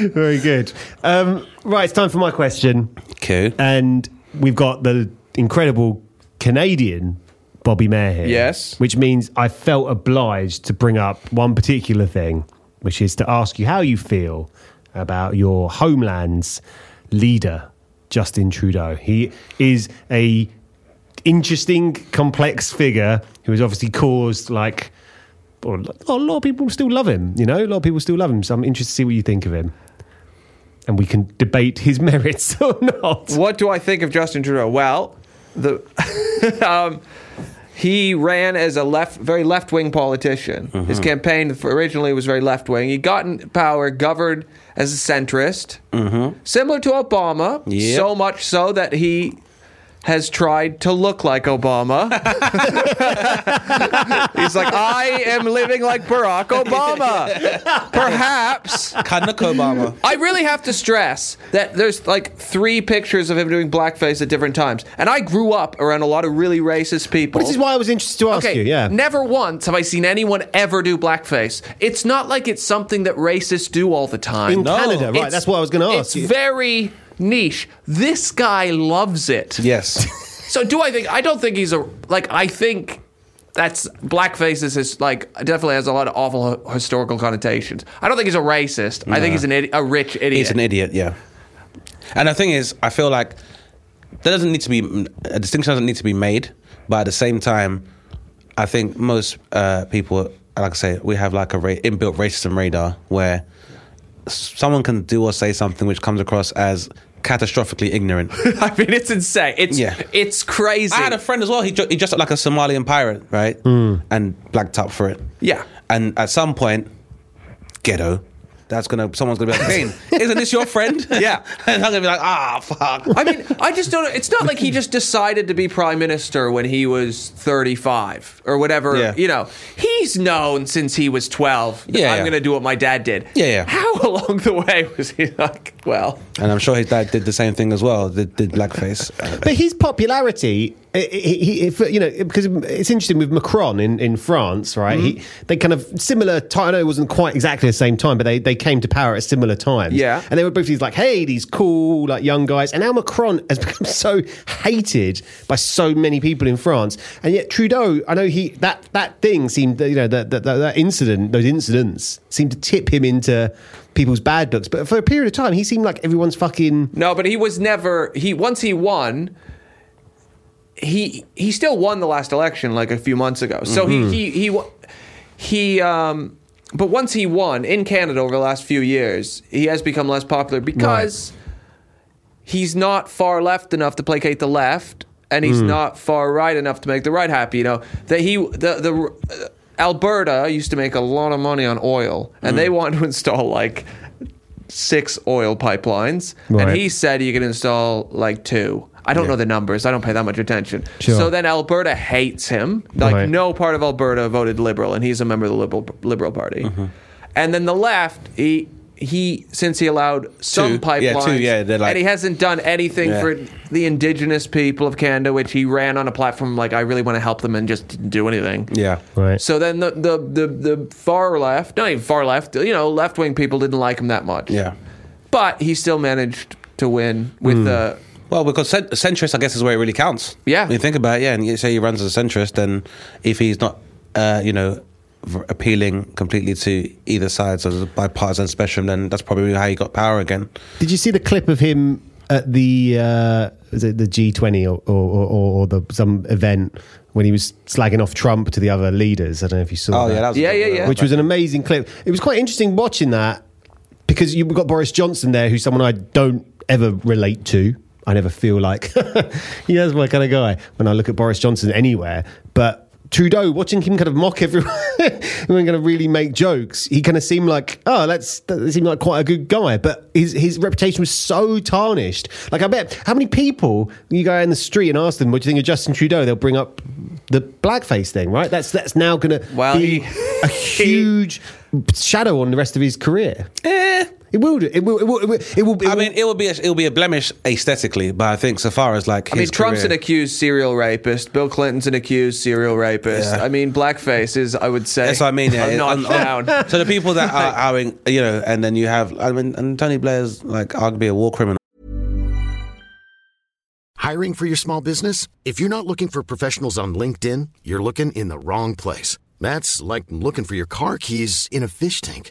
B: very good. Um, right, it's time for my question,
A: Okay.
B: and we've got the incredible Canadian Bobby Mayer here.
C: Yes.
B: which means I felt obliged to bring up one particular thing, which is to ask you how you feel about your homeland's leader, Justin Trudeau. He is a interesting, complex figure who has obviously caused like. Or a lot of people still love him, you know. A lot of people still love him, so I'm interested to see what you think of him, and we can debate his merits or not.
C: what do I think of Justin Trudeau? Well, the um, he ran as a left, very left wing politician. His campaign f- originally was very left wing. He got in power, governed as a centrist, similar to Obama.
A: Yep.
C: So much so that he has tried to look like Obama. He's like, I am living like Barack Obama. Perhaps
A: Kanak Obama.
C: I really have to stress that there's like three pictures of him doing blackface at different times. And I grew up around a lot of really racist people.
B: This is why I was interested to ask
C: Okay,
B: you. Yeah,
C: never once have I seen anyone ever do blackface. It's not like it's something that racists do all the time.
B: in Canada, right?
C: It's-
B: That's what I was going to ask.
C: It's
B: you.
C: very niche. This guy loves it.
A: Yes.
C: So do I think? I don't think he's a like. I think that's blackface is his, like definitely has a lot of awful h- historical connotations. I don't think he's a racist. I think he's an idi- a rich idiot.
A: He's an idiot, yeah. And the thing is, I feel like there doesn't need to be a distinction doesn't need to be made, but at the same time, I think most uh, people, like I say, we have like a ra- inbuilt racism radar where s- someone can do or say something which comes across as catastrophically ignorant.
C: I mean, it's insane. It's
A: Yeah.
C: it's crazy.
A: I had a friend as well. He, dr- he dressed up like a Somalian pirate, right? And blacked up for it.
C: Yeah.
A: And at some point, ghetto. That's gonna. Someone's gonna be like, Kane, isn't this your friend?
C: Yeah.
A: and I'm gonna be like, ah, fuck.
C: I mean, I just don't. It's not like he just decided to be prime minister when he was 35 or whatever.
A: Yeah.
C: You know, he's known since he was 12. that
A: Yeah,
C: I'm
A: yeah.
C: going to do what my dad did.
A: Yeah, yeah.
C: How along the way was he like? Well,
A: And I'm sure his dad did the same thing as well. Did, did blackface. Uh,
B: But his popularity, i- i- he, if, you know, because it's interesting with Macron in, in France, right? He,
C: Mm-hmm.
B: they kind of similar. ti- I know it wasn't quite exactly the same time, but they, they came to power at similar times.
C: Yeah.
B: and they were both these like, hey, these cool like young guys, and now Macron has become so hated by so many people in France, and yet Trudeau, I know he that that thing seemed you know that that, that, that incident, those incidents seemed to tip him into people's bad books, but for a period of time, he seemed like everyone's fucking.
C: no, but he was never. He once he won. He he still won the last election like a few months ago. So he he he wa- he um. But once he won in Canada over the last few years, he has become less popular because. he's not far left enough to placate the left, and he's
A: Hmm.
C: not far right enough to make the right happy. You know that he the the uh, Alberta used to make a lot of money on oil, and
A: Hmm.
C: they want to install like six oil pipelines,
B: Right.
C: and he said you can install like two. I don't know the numbers. I don't pay that much attention.
B: Sure.
C: So then Alberta hates him. Like
B: Right.
C: no part of Alberta voted liberal, and he's a member of the liberal liberal party.
A: Mm-hmm.
C: And then the left, he he since he allowed some
A: Two. Yeah,
C: pipelines,
A: two, yeah, they're like-
C: and he hasn't done anything
A: Yeah.
C: for the indigenous people of Canada, which he ran on a platform like I really want to help them and just didn't do anything.
A: yeah.
B: Right.
C: So then the the the, the far left, not even far left, you know, left wing people didn't like him that much.
A: Yeah. Hmm.
C: but he still managed to win with uh, the.
A: Well, because cent- centrist, I guess, is where it really counts.
C: Yeah.
A: When you think about it, yeah, and you say he runs as a centrist, then if he's not, uh, you know, v- appealing completely to either sides of the bipartisan spectrum, then that's probably how he got power again.
B: Did you see the clip of him at the uh, was it the G20 or or, or, or the some event when he was slagging off Trump to the other leaders? I don't know if you saw.
A: Oh, yeah, that was a
C: Yeah,
A: good
C: yeah,
A: one.
C: yeah.
B: which was an amazing clip. It was quite interesting watching that because you've got Boris Johnson there, who's someone I don't ever relate to. I never feel like he is my kind of guy when I look at Boris Johnson anywhere, but. Trudeau, watching him kind of mock everyone, everyone kind of really make jokes, he kind of seemed like, oh, that's that seemed like quite a good guy. But his his reputation was so tarnished. Like, I bet how many people you go out in the street and ask them, what do you think of Justin Trudeau? They'll bring up the blackface thing, right? That's that's now going to
C: Well,
B: be
C: he-
B: a huge shadow on the rest of his career. It will. do. It will. It will. It will. It will, it
A: I
B: will-
A: mean, it will be a, it will be a blemish aesthetically, but I think so far as like
C: I mean,
A: his
C: Trump's an
A: career-
C: accused serial rapist. Bill Clinton's an accused serial rapist.
A: Yeah.
C: I mean, blackface is, I would say,
A: That's what I mean. Yeah,
C: a
A: It-
C: notch
A: on- on-
C: down.
A: So the people that are, are in, you know, and then you have, I mean, and Tony Blair's like arguably a war criminal.
D: Hiring for your small business? If you're not looking for professionals on LinkedIn, you're looking in the wrong place. That's like looking for your car keys in a fish tank.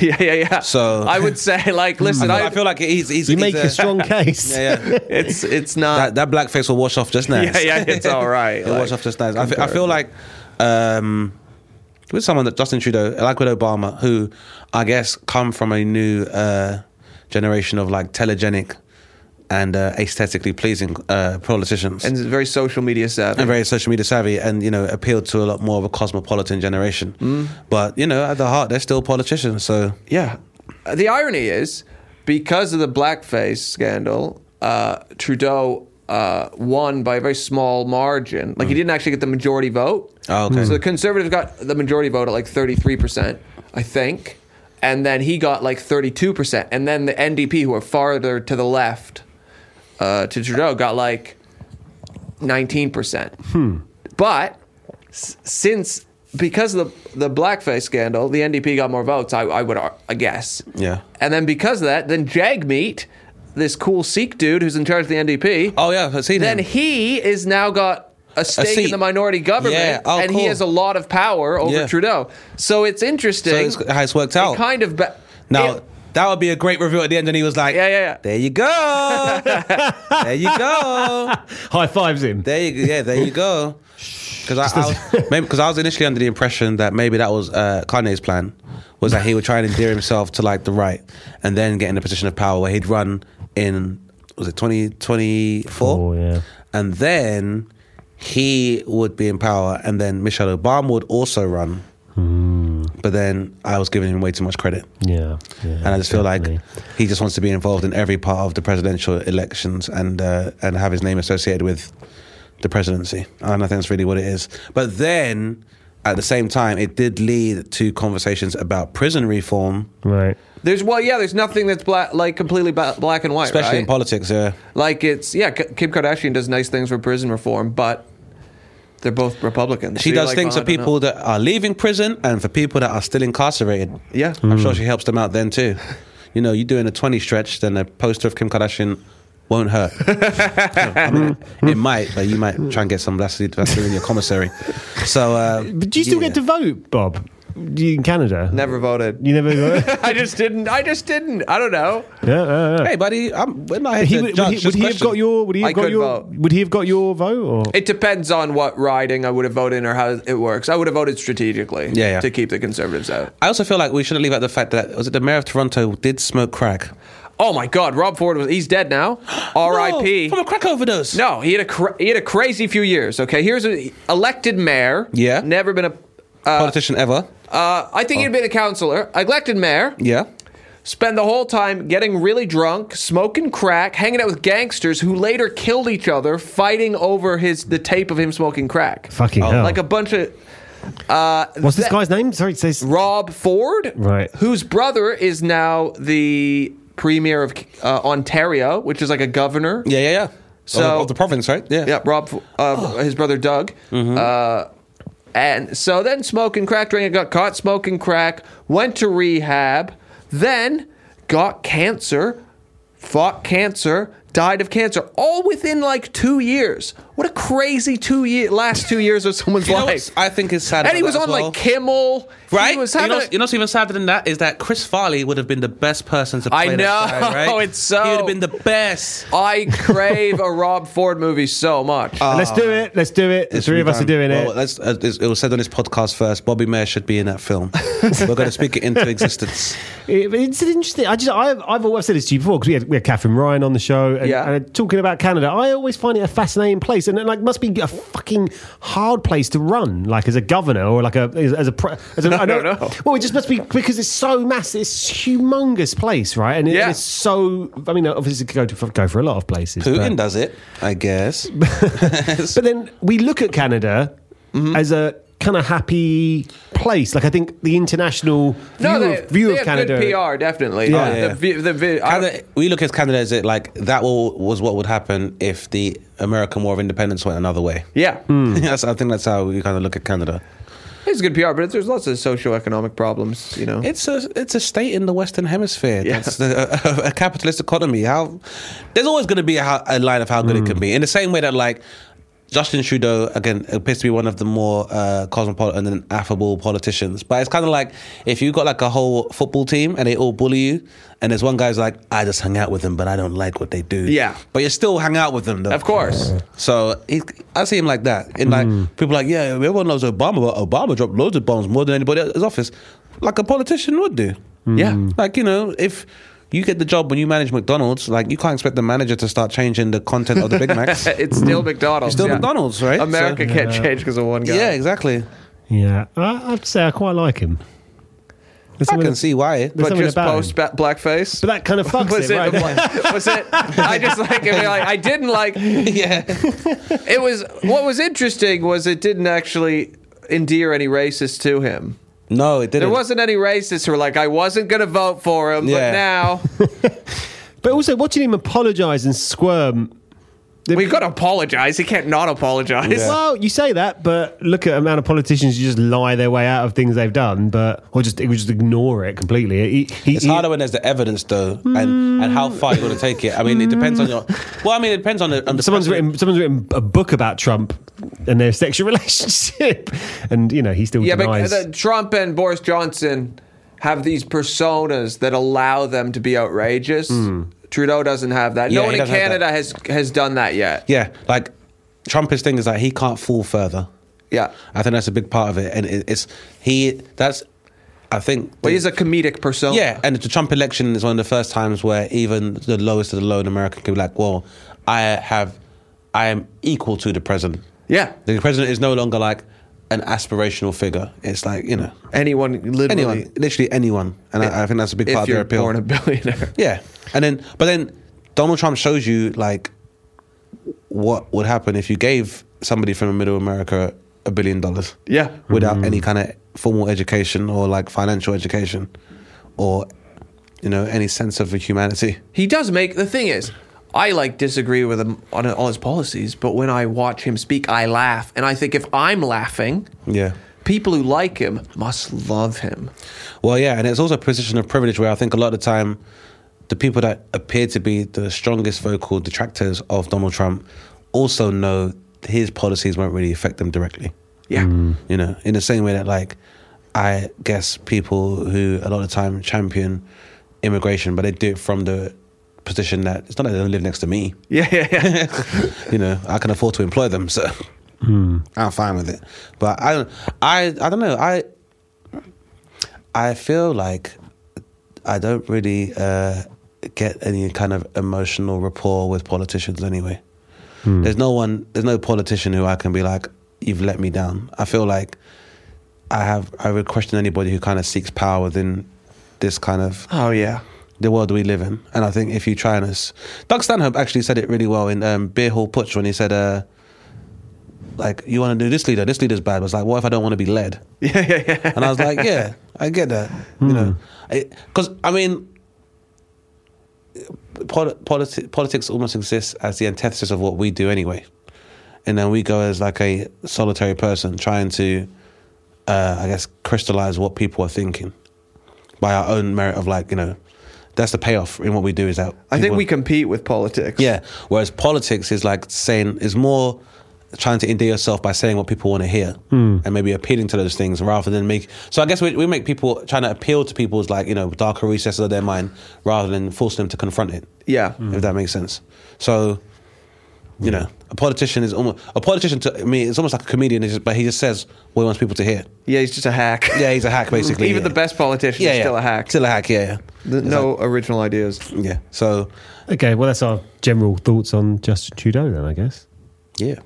C: yeah, yeah, yeah.
A: So-
C: I would say, like, listen,
A: I,
C: I,
A: feel like he's he's.
B: you
A: he's
B: make a, strong case.
A: Yeah, yeah.
C: it's it's not.
A: that that blackface will wash off just now.
C: yeah, yeah, it's all right.
A: It'll
C: Like,
A: wash off just now. I fe- I feel like um, with someone that Justin Trudeau, like with Obama, who I guess come from a new uh, generation of like telegenic and uh, aesthetically pleasing uh, politicians.
C: and it's very social media savvy.
A: and very social media savvy and you know appealed to a lot more of a cosmopolitan generation but you know at the heart they're still politicians so
C: Yeah. The irony is, because of the blackface scandal, uh, Trudeau uh, won by a very small margin. Like, he didn't actually get the majority vote.
A: Mm. Oh, okay.
C: So the Conservatives got the majority vote at like 33%, I think. And then he got like 32%. And then the NDP, who are farther to the left uh, to Trudeau, got like 19%.
A: Hmm.
C: But s- since because of the the blackface scandal, the NDP got more votes. I, I would ar- I guess.
A: Yeah.
C: And then because of that, then Jagmeet, this cool Sikh dude who's in charge of the NDP,
A: oh yeah I've seen
C: then
A: him.
C: he is now got a stake in
A: seat.
C: the minority government,
A: Yeah. Oh,
C: and he
A: cool.
C: has a lot of power over
A: Yeah.
C: Trudeau. So it's
A: so
C: interesting.
A: it's, how it's worked out
C: it kind of ba-
A: now
C: it-
A: that would be a great review at the end and he was like
C: Yeah, yeah, yeah.
A: there you go there you go
B: High fives him.
A: There you go. Yeah, there you go. Because I, I, was- maybe- 'cause I was initially under the impression that maybe that was uh, Kanye's plan, was that he would try and endear himself to like the right, and then get in a position of power where he'd run in was it twenty twenty
B: Oh,
A: four,
B: yeah.
A: and then he would be in power, and then Michelle Obama would also run.
B: Hmm.
A: But then I was giving him way too much credit.
B: Yeah, yeah.
A: And I just feel like
B: definitely.
A: he just wants to be involved in every part of the presidential elections and uh, and have his name associated with the presidency. And I think that's really what it is. But then, at the same time, it did lead to conversations about prison reform,
B: right.
C: there's well, yeah, there's nothing that's black, like completely ba- black and white,
A: especially in
C: right?
A: politics. Yeah,
C: Like it's yeah, K- Kim Kardashian does nice things for prison reform, but they're both Republicans.
A: she
C: So you're
A: does
C: like,
A: things
C: "Oh,
A: for
C: I don't
A: people
C: know."
A: that are leaving prison and for people that are still incarcerated.
C: Yeah.
A: I'm
B: Hmm.
A: sure she helps them out then too. You know, you doing a 20 stretch, then a poster of Kim Kardashian won't hurt. I mean, it might, but you might try and get some acid Vaseline in your commissary. So, uh,
B: But do you still
A: yeah.
B: get to vote, Bob? Do you in Canada?
C: Never voted.
B: You never vote.
C: I just didn't. I just didn't. I don't know.
B: yeah, yeah, yeah.
A: Hey, buddy, I'm, we're not here to
B: He would, would
A: judge
B: he,
A: this
B: would he have
A: question.
B: got your? Would he have
C: I
B: got
C: could
B: your?
C: vote.
B: Would he have got your vote? Or
C: It depends on what riding I would have voted in or how it works. I would have voted strategically
A: Yeah, yeah.
C: to keep the Conservatives out.
A: I also feel like we shouldn't leave out the fact that was it the mayor of Toronto did smoke crack.
C: Oh my God, Rob Ford was. He's dead now.
A: No,
C: R.I.P.
A: from a crack overdose.
C: No, he had a cra- he had a crazy few years. Okay, here's a elected mayor.
A: Yeah. Oh.
C: never been a.
A: politician ever.
C: Uh, I think he'd been a councillor. Elected mayor.
A: Yeah,
C: Spend the whole time getting really drunk, smoking crack, hanging out with gangsters who later killed each other fighting over his the tape of him smoking crack.
B: fucking hell.
C: Like a bunch of
B: What's this guy's name? Sorry, it says
C: Rob Ford,
B: Right.
C: whose brother is now the premier of uh, Ontario, which is like a governor.
A: Yeah, yeah, yeah.
C: So-
A: of, of the province, right? Yeah.
C: Yeah, Rob, uh, his brother Doug. Uh, and so then smoking crack, drinking, got caught smoking crack, went to rehab, then got cancer, fought cancer, died of cancer, all within like two years. What a crazy two year last two years of someone's
A: You know
C: life.
A: what's- I think it's sad.
C: and he
A: about
C: was
A: that
C: on
A: as well.
C: like Kimmel. He
A: Right?
C: was
A: you, know,
C: having
A: what's- you know what's even sadder than that is that Chris Farley would have been the best person to play
C: I
A: that guy,
C: know,
A: right?
C: it's so-
A: He would have been the best.
C: a- I crave a Rob Ford movie so much.
A: Uh,
B: Let's do it. Let's do it. The three of us are doing
A: well,
B: it.
A: That's, uh, it's- it was said on this podcast first. Bobby Mayer should be in that film. We're going to speak it into existence.
B: It- It's an interesting. I just I've, I've always said this to you before because we had, we had Catherine Ryan on the show and,
C: Yeah.
B: and talking about Canada. I always find it a fascinating place and it, like must be a fucking hard place to run, like as a governor or like a as, as a pre, as a, I
C: no,
B: don't-
C: no.
B: Well, it just must be because it's so massive, it's humongous place, right? And it-
C: Yeah.
B: it's so. I mean, obviously, it could go to go for a lot of places.
A: Putin
B: but-
A: does it, I guess.
B: but then we look at Canada
C: Mm-hmm.
B: as a kind of happy place. Like I think the international view,
C: they,
B: of, view
C: they
B: of
C: have
B: Canada.
C: good PR definitely.
B: Yeah.
C: Uh,
B: Oh,
A: yeah.
C: The, vi- the, vi- I-
A: Canada, we look at Canada as it like that will, was what would happen if the American War of Independence went another way.
C: yeah.
B: Hmm.
A: That's- I think that's how we kind of look at Canada.
C: It's good PR, but there's lots of socioeconomic problems, you know.
A: It's a it's a state in the Western Hemisphere.
C: Yeah.
A: That's the, a, a capitalist economy. How there's always going to be a, ho- a line of how good it
C: Hmm.
A: can be. In the same way that like Justin Trudeau again appears to be one of the more uh, cosmopolitan and affable politicians. But it's kind of like if you got like a whole football team and they all bully you, and there's one guy's like, I just hung out with them, but I don't like what they do.
C: Yeah.
A: but you still hang out with them. though.
C: of course. Uh,
A: So he, I see him like that, and like
C: Hmm.
A: people are like, yeah, everyone loves Obama, but Obama dropped loads of bombs more than anybody else in his office, like a politician would do.
C: Yeah.
A: Like you know, if you get the job when you manage McDonald's, like you can't expect the manager to start changing the content of the Big Macs. It's
C: It's still McDonald's.
A: still
C: yeah.
A: McDonald's, right?
C: America can't change because of one
A: So-
C: guy.
A: yeah, exactly.
B: Yeah, I, I'd say I quite like him. There's
A: I
B: something-
A: can see why.
B: there's
C: But
B: something
C: just
B: about him.
C: post ba- blackface.
B: But that kind of fucks
C: was
B: it, right?
C: like- was it? I just like, I, mean, like, I didn't like.
A: yeah,
C: It was. What was interesting was it didn't actually endear any racists to him.
A: no, it didn't.
C: There wasn't any racists who were like, I wasn't going to vote for him,
A: Yeah.
C: but now
B: But also watching him apologise and squirm.
C: we've got to apologize. He can't not apologize.
B: Well, you say that, but look at the amount of politicians who just lie their way out of things they've done, but or just or just ignore it completely. He- he-
A: It's
B: he-
A: harder when there's the evidence, though, and, and how far you're going to take it. I mean, it depends on your.
C: Hmm.
A: Well, I mean, it depends on the. On the
B: Someone's written someone's written a book about Trump and their sexual relationship, and you know he still
C: Yeah,
B: denies.
C: but uh, Trump and Boris Johnson have these personas that allow them to be outrageous. Trudeau doesn't have that.
A: Hmm. Yeah,
C: no one
A: he
C: in
A: doesn't have
C: Canada
A: that.
C: has has done that yet.
A: Yeah, like Trump. His thing is that he can't fall further.
C: Yeah.
A: I think that's a big part of it, and it, it's he. That's I think.
C: But he's a comedic persona.
A: yeah, and the Trump election is one of the first times where even the lowest of the low in America can be like, "Well, I have, I am equal to the president."
C: Yeah.
A: The president is no longer like an aspirational figure. It's like you know,
C: Anyone literally
A: anyone, literally anyone, and I, I think that's a big
C: if
A: part of their
C: you're
A: appeal.
C: born a billionaire.
A: Yeah, and then but then Donald Trump shows you like what would happen if you gave somebody from middle America a billion dollars.
C: Yeah.
A: without any kind of formal education or like financial education or you know any sense of humanity.
C: He does make the thing is I like disagree with him on all his policies, but when I watch him speak, I laugh, and I think if I'm laughing,
A: Yeah.
C: people who like him must love him.
A: Well, yeah, and it's also a position of privilege where I think a lot of the time the people that appear to be the strongest vocal detractors of Donald Trump also know his policies won't really affect them directly.
C: Yeah.
A: You know, in the same way that like I guess people who a lot of the time champion immigration, but they do it from the position that it's not that they don't live next to me.
C: Yeah, yeah, yeah.
A: you know, I can afford to employ them, so I'm fine with it. But I don't I I don't know. I I feel like I don't really uh, get any kind of emotional rapport with politicians anyway. There's no one there's no politician who I can be like, You've let me down. I feel like I have I would question anybody who kind of seeks power within this kind of
C: oh yeah.
A: the world we live in. And I think if you try and, us- Doug Stanhope actually said it really well in um, Beer Hall Putsch when he said, uh, like, you want to do this leader, this leader's bad. But it's like, what if I don't want to be led?
C: Yeah, yeah, yeah.
A: And I was like, yeah, I get that. You know,
C: Hmm.
A: because I mean, poli- politi- politics almost exists as the antithesis of what we do anyway. And then we go as like a solitary person trying to, uh, I guess, crystallize what people are thinking by our own merit of like, you know, that's the payoff in what we do is that
C: I think
A: people-
C: we compete with politics.
A: yeah. Whereas politics is like saying is more trying to endear yourself by saying what people want to hear and maybe appealing to those things rather than make. So I guess we, we make people trying to appeal to people's like you know darker recesses of their mind rather than forcing them to confront it.
C: Yeah.
A: If that makes sense. So. You know, a politician is almost a politician to me. It's almost like a comedian, it's just- but he just says what he wants people to hear.
C: Yeah, he's just a hack.
A: Yeah, he's a hack, basically.
C: Even
A: yeah.
C: the best politician
A: yeah,
C: is
A: yeah.
C: still a hack.
A: Still a hack. Yeah, yeah,
C: Th- no original ideas.
A: yeah. So,
B: Okay, well, that's our general thoughts on Justin Trudeau, then, I guess.
A: yeah.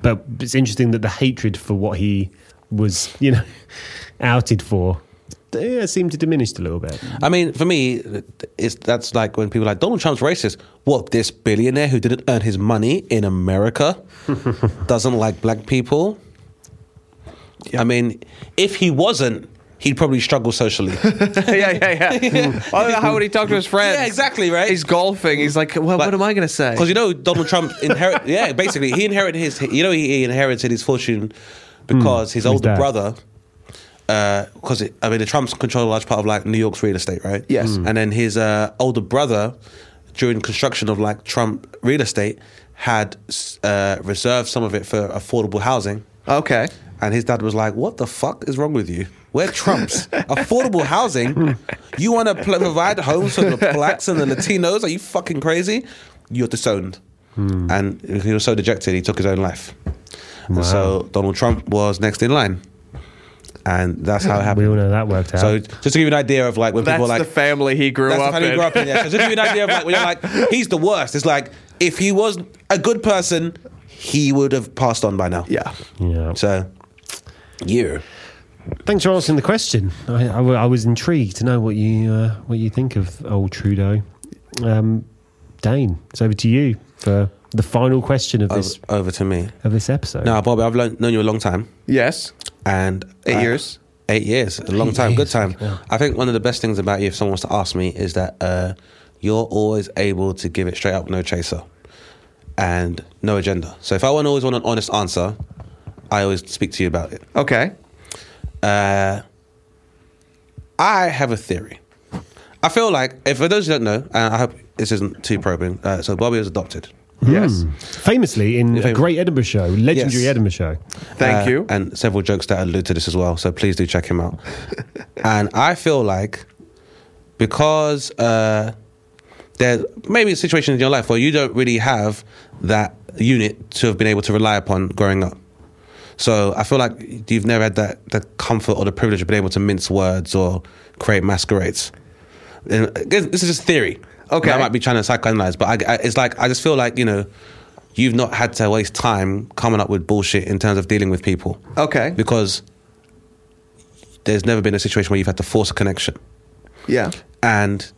B: But it's interesting that the hatred for what he was, you know, outed for yeah, seemed to diminish a little bit.
A: I mean, for me, it's that's like when people are like Donald Trump's racist. What this billionaire who didn't earn his money in America doesn't like black people. I mean, if he wasn't, he'd probably struggle socially.
C: yeah, yeah, yeah. I don't know how would he talk to his friends?
A: Yeah, exactly, right?
C: He's golfing. He's like, well, what am I going to say?
A: Because you know Donald Trump inherit. yeah, basically he inherited his. You know he, he inherited his fortune because his older
B: dad.
A: brother. Because it I mean the Trumps control a large part of like New York's real estate, right?
C: Yes. Mm.
A: And then his uh, older brother, during construction of like Trump real estate, had s- uh, reserved some of it for affordable housing.
C: okay.
A: And his dad was like, "What the fuck is wrong with you? We're Trumps. Affordable housing. You want to pl- provide homes for the blacks and the Latinos? Are you fucking crazy? You're disowned." And he was so dejected, he took his own life. And so Donald Trump was next in line, and that's how it
B: We all
A: happened.
B: know that worked out.
A: So just to give you an idea of like when
C: That's
A: people are like
C: the family he grew
A: that's
C: up eh?
A: the family
C: in.
A: you grew up in. Yeah. So just to give you an idea of like when you're like he's the worst. It's like if he was a good person, he would have passed on by now.
C: yeah.
B: yeah.
A: So, yeah.
B: Thanks for answering the question. I, I w- I was intrigued to know what you uh, what you think of old Trudeau. Um, Dane, it's over to you for the final question of
A: Over,
B: this
A: over to me.
B: of this episode.
A: Now, Bobby, I've learned, known you a long time,
C: Yes.
A: and
C: Eight
A: uh,
C: years.
A: Eight years, a long time, good
B: years,
A: time.
B: fucking hell.
A: I think one of the best things about you, if someone wants to ask me, is that uh, you're always able to give it straight up, no chaser, and no agenda. So if I want always want an honest answer, I always speak to you about it.
C: Okay.
A: Uh, I have a theory. I feel like, if for those who don't know, and I hope this isn't too probing, uh, so Bobby was adopted.
C: Yes.
B: famously in a
A: Fam-
B: great Edinburgh show, legendary
A: Yes.
B: Edinburgh show.
C: Thank
A: Uh,
C: you.
A: And several jokes that allude to this as well. So please do check him out. and I feel like because uh, there may be situations in your life where you don't really have that unit to have been able to rely upon growing up. So I feel like you've never had that, that comfort or the privilege of being able to mince words or create masquerades. And again, this is just theory.
C: Okay.
A: I might be trying to psychoanalyze, but I, I, it's like I just feel like you know, you've not had to waste time coming up with bullshit in terms of dealing with people
C: okay.
A: because there's never been a situation where you've had to force a connection.
C: Yeah.
A: And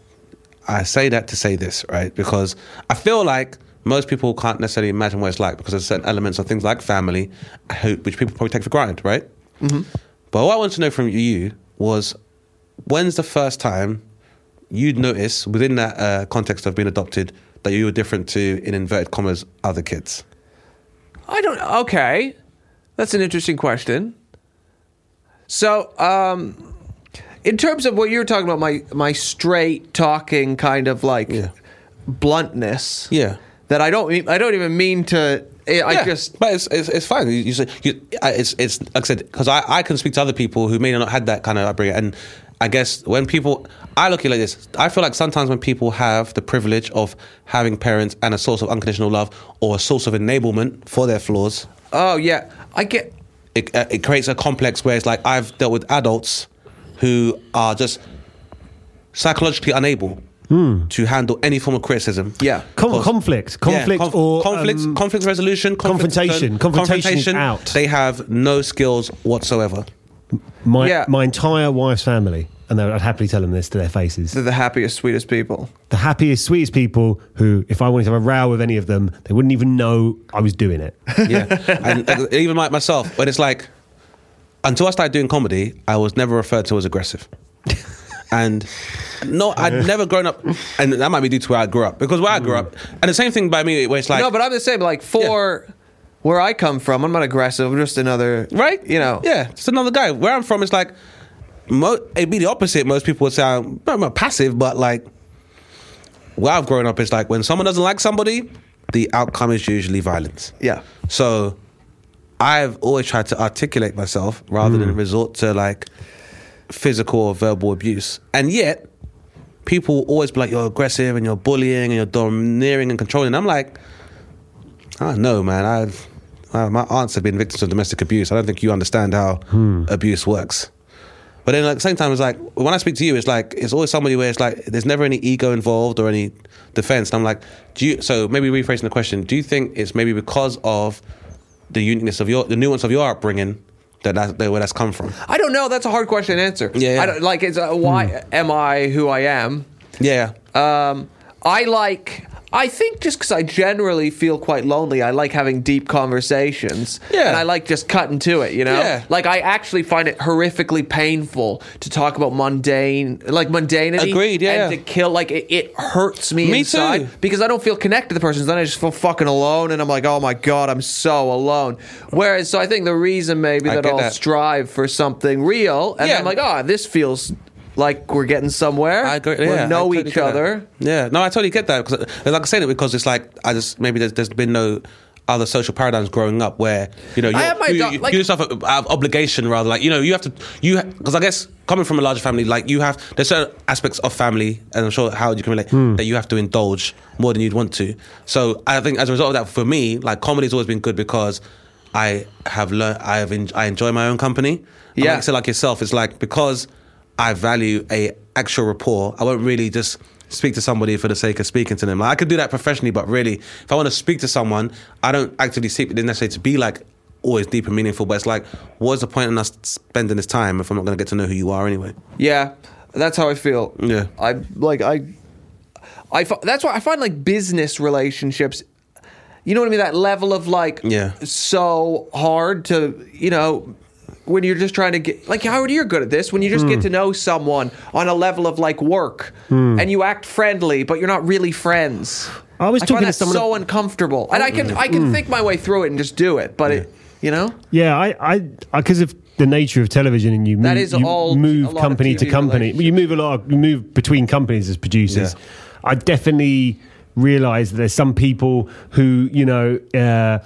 A: I say that to say this, right? Because I feel like most people can't necessarily imagine what it's like because there's certain elements of things like family, who- which people probably take for granted, right? But what I want to know from you was when's the first time you'd notice within that uh, context of being adopted that you were different to, in inverted commas, other kids?
C: I don't. Okay, that's an interesting question. So, um, in terms of what you were talking about, my my straight talking kind of like
A: Yeah.
C: bluntness.
A: Yeah.
C: That I don't. mean- I don't even mean to. I I
A: Yeah,
C: just.
A: but it's it's, it's fine. You, you say you, I- it's it's like I said because I, I can speak to other people who may not had that kind of upbringing, and I guess when people I look at it like this, I feel like sometimes when people have the privilege of having parents and a source of unconditional love or a source of enablement for their flaws,
C: Oh yeah. I get.
A: it uh, it creates a complex where it's like I've dealt with adults who are just psychologically unable to handle any form of criticism.
C: Hmm. Yeah.
B: Con-
A: Cause-
B: conflict, conflict,
A: yeah, conf-
B: or
A: conflict,
B: um,
A: conflict resolution, conflict-
B: confrontation. Confrontation is out.
A: They have no skills whatsoever.
B: my
C: Yeah.
B: my entire wife's family. and I'd happily tell them this to their faces.
C: They're the happiest, sweetest people.
B: The happiest, sweetest people who, if I wanted to have a row with any of them, they wouldn't even know I was doing it.
A: yeah. And uh, even like myself, when it's like, until I started doing comedy, I was never referred to as aggressive. And no, I'd never grown up, and that might be due to where I grew up. Because where I grew up, and the same thing by me, where it's like,
C: no, but I'm the same. Like for where I come from, I'm not aggressive. I'm just another
A: right?
C: You know.
A: yeah, just another guy. Where I'm from, it's like mo- it'd be the opposite. Most people would sound not, not passive, but like where I've grown up, it's like when someone doesn't like somebody, the outcome is usually violence.
C: Yeah.
A: So I've always tried to articulate myself rather than resort to like physical or verbal abuse, and yet people will always be like, "You're aggressive and you're bullying and you're domineering and controlling." I'm like, I don't know, man. I've uh, my aunts have been victims of domestic abuse. I don't think you understand how abuse works. But then, like, at the same time, it's like when I speak to you, it's like it's always somebody where it's like there's never any ego involved or any defense. And I'm like, do you? So maybe rephrasing the question, do you think it's maybe because of the uniqueness of your, the nuance of your upbringing that that, that where that's come from?
C: I don't know. That's a hard question to answer.
A: Yeah, Hmm. yeah.
C: I don't, like, it's uh, why am I who I am?
A: Yeah,
C: Um, I like. I think just because I generally feel quite lonely, I like having deep conversations.
A: Yeah.
C: And I like just cutting to it, you know?
A: Yeah.
C: Like, I actually find it horrifically painful to talk about mundane, like mundanity.
A: Agreed, yeah.
C: And to kill, like, it, it hurts me,
A: Me
C: inside
A: too.
C: because I don't feel connected to the person. Then I just feel fucking alone and I'm like, oh my God, I'm so alone. Whereas, so I think the reason maybe
A: I
C: that
A: get
C: I'll
A: that.
C: strive for something real and
A: Yeah.
C: I'm like, oh, this feels like we're getting somewhere.
A: I agree.
C: We
A: Yeah, I
C: know
A: totally
C: each
A: get that.
C: other.
A: Yeah, no, I totally get that because, like I said, it because it's like I just maybe there's, there's been no other social paradigms growing up where you know you're,
C: have my
A: you,
C: do-
A: you,
C: like-
A: you yourself out of obligation rather like you know you have to you because I guess coming from a larger family like you have there's certain aspects of family and I'm sure how you can relate that you have to indulge more than you'd want to. So I think as a result of that, for me, like comedy's always been good because. I have learned. I have. En- I enjoy my own company. And
C: Yeah.
A: like I said, like yourself, it's like because I value a actual rapport, I won't really just speak to somebody for the sake of speaking to them. Like, I could do that professionally, but really, if I want to speak to someone, I don't actively seek it necessarily to be like always deep and meaningful. But it's like, what's the point in us spending this time if I'm not going to get to know who you are anyway?
C: Yeah, that's how I feel.
A: Yeah.
C: I like I, I fi- that's why I find like business relationships. You know what I mean? That level of like,
A: Yeah.
C: so hard to you know when you're just trying to get like Howard, you're good at this. When you just
A: Hmm.
C: get to know someone on a level of like work, and you act friendly, but you're not really friends.
B: I was talking
C: find
B: to
C: that
B: someone-
C: so uncomfortable, and I can
A: Hmm.
C: I can think my way through it and just do it, but it you know.
B: Yeah, I, I, because of the nature of television, and you move,
C: That is
B: you
C: all- a
B: move
C: lot of
B: company to
C: TV
B: company. You move a lot. You move between companies as producers.
A: Yeah.
B: I definitely realize that there's some people who you know. Uh,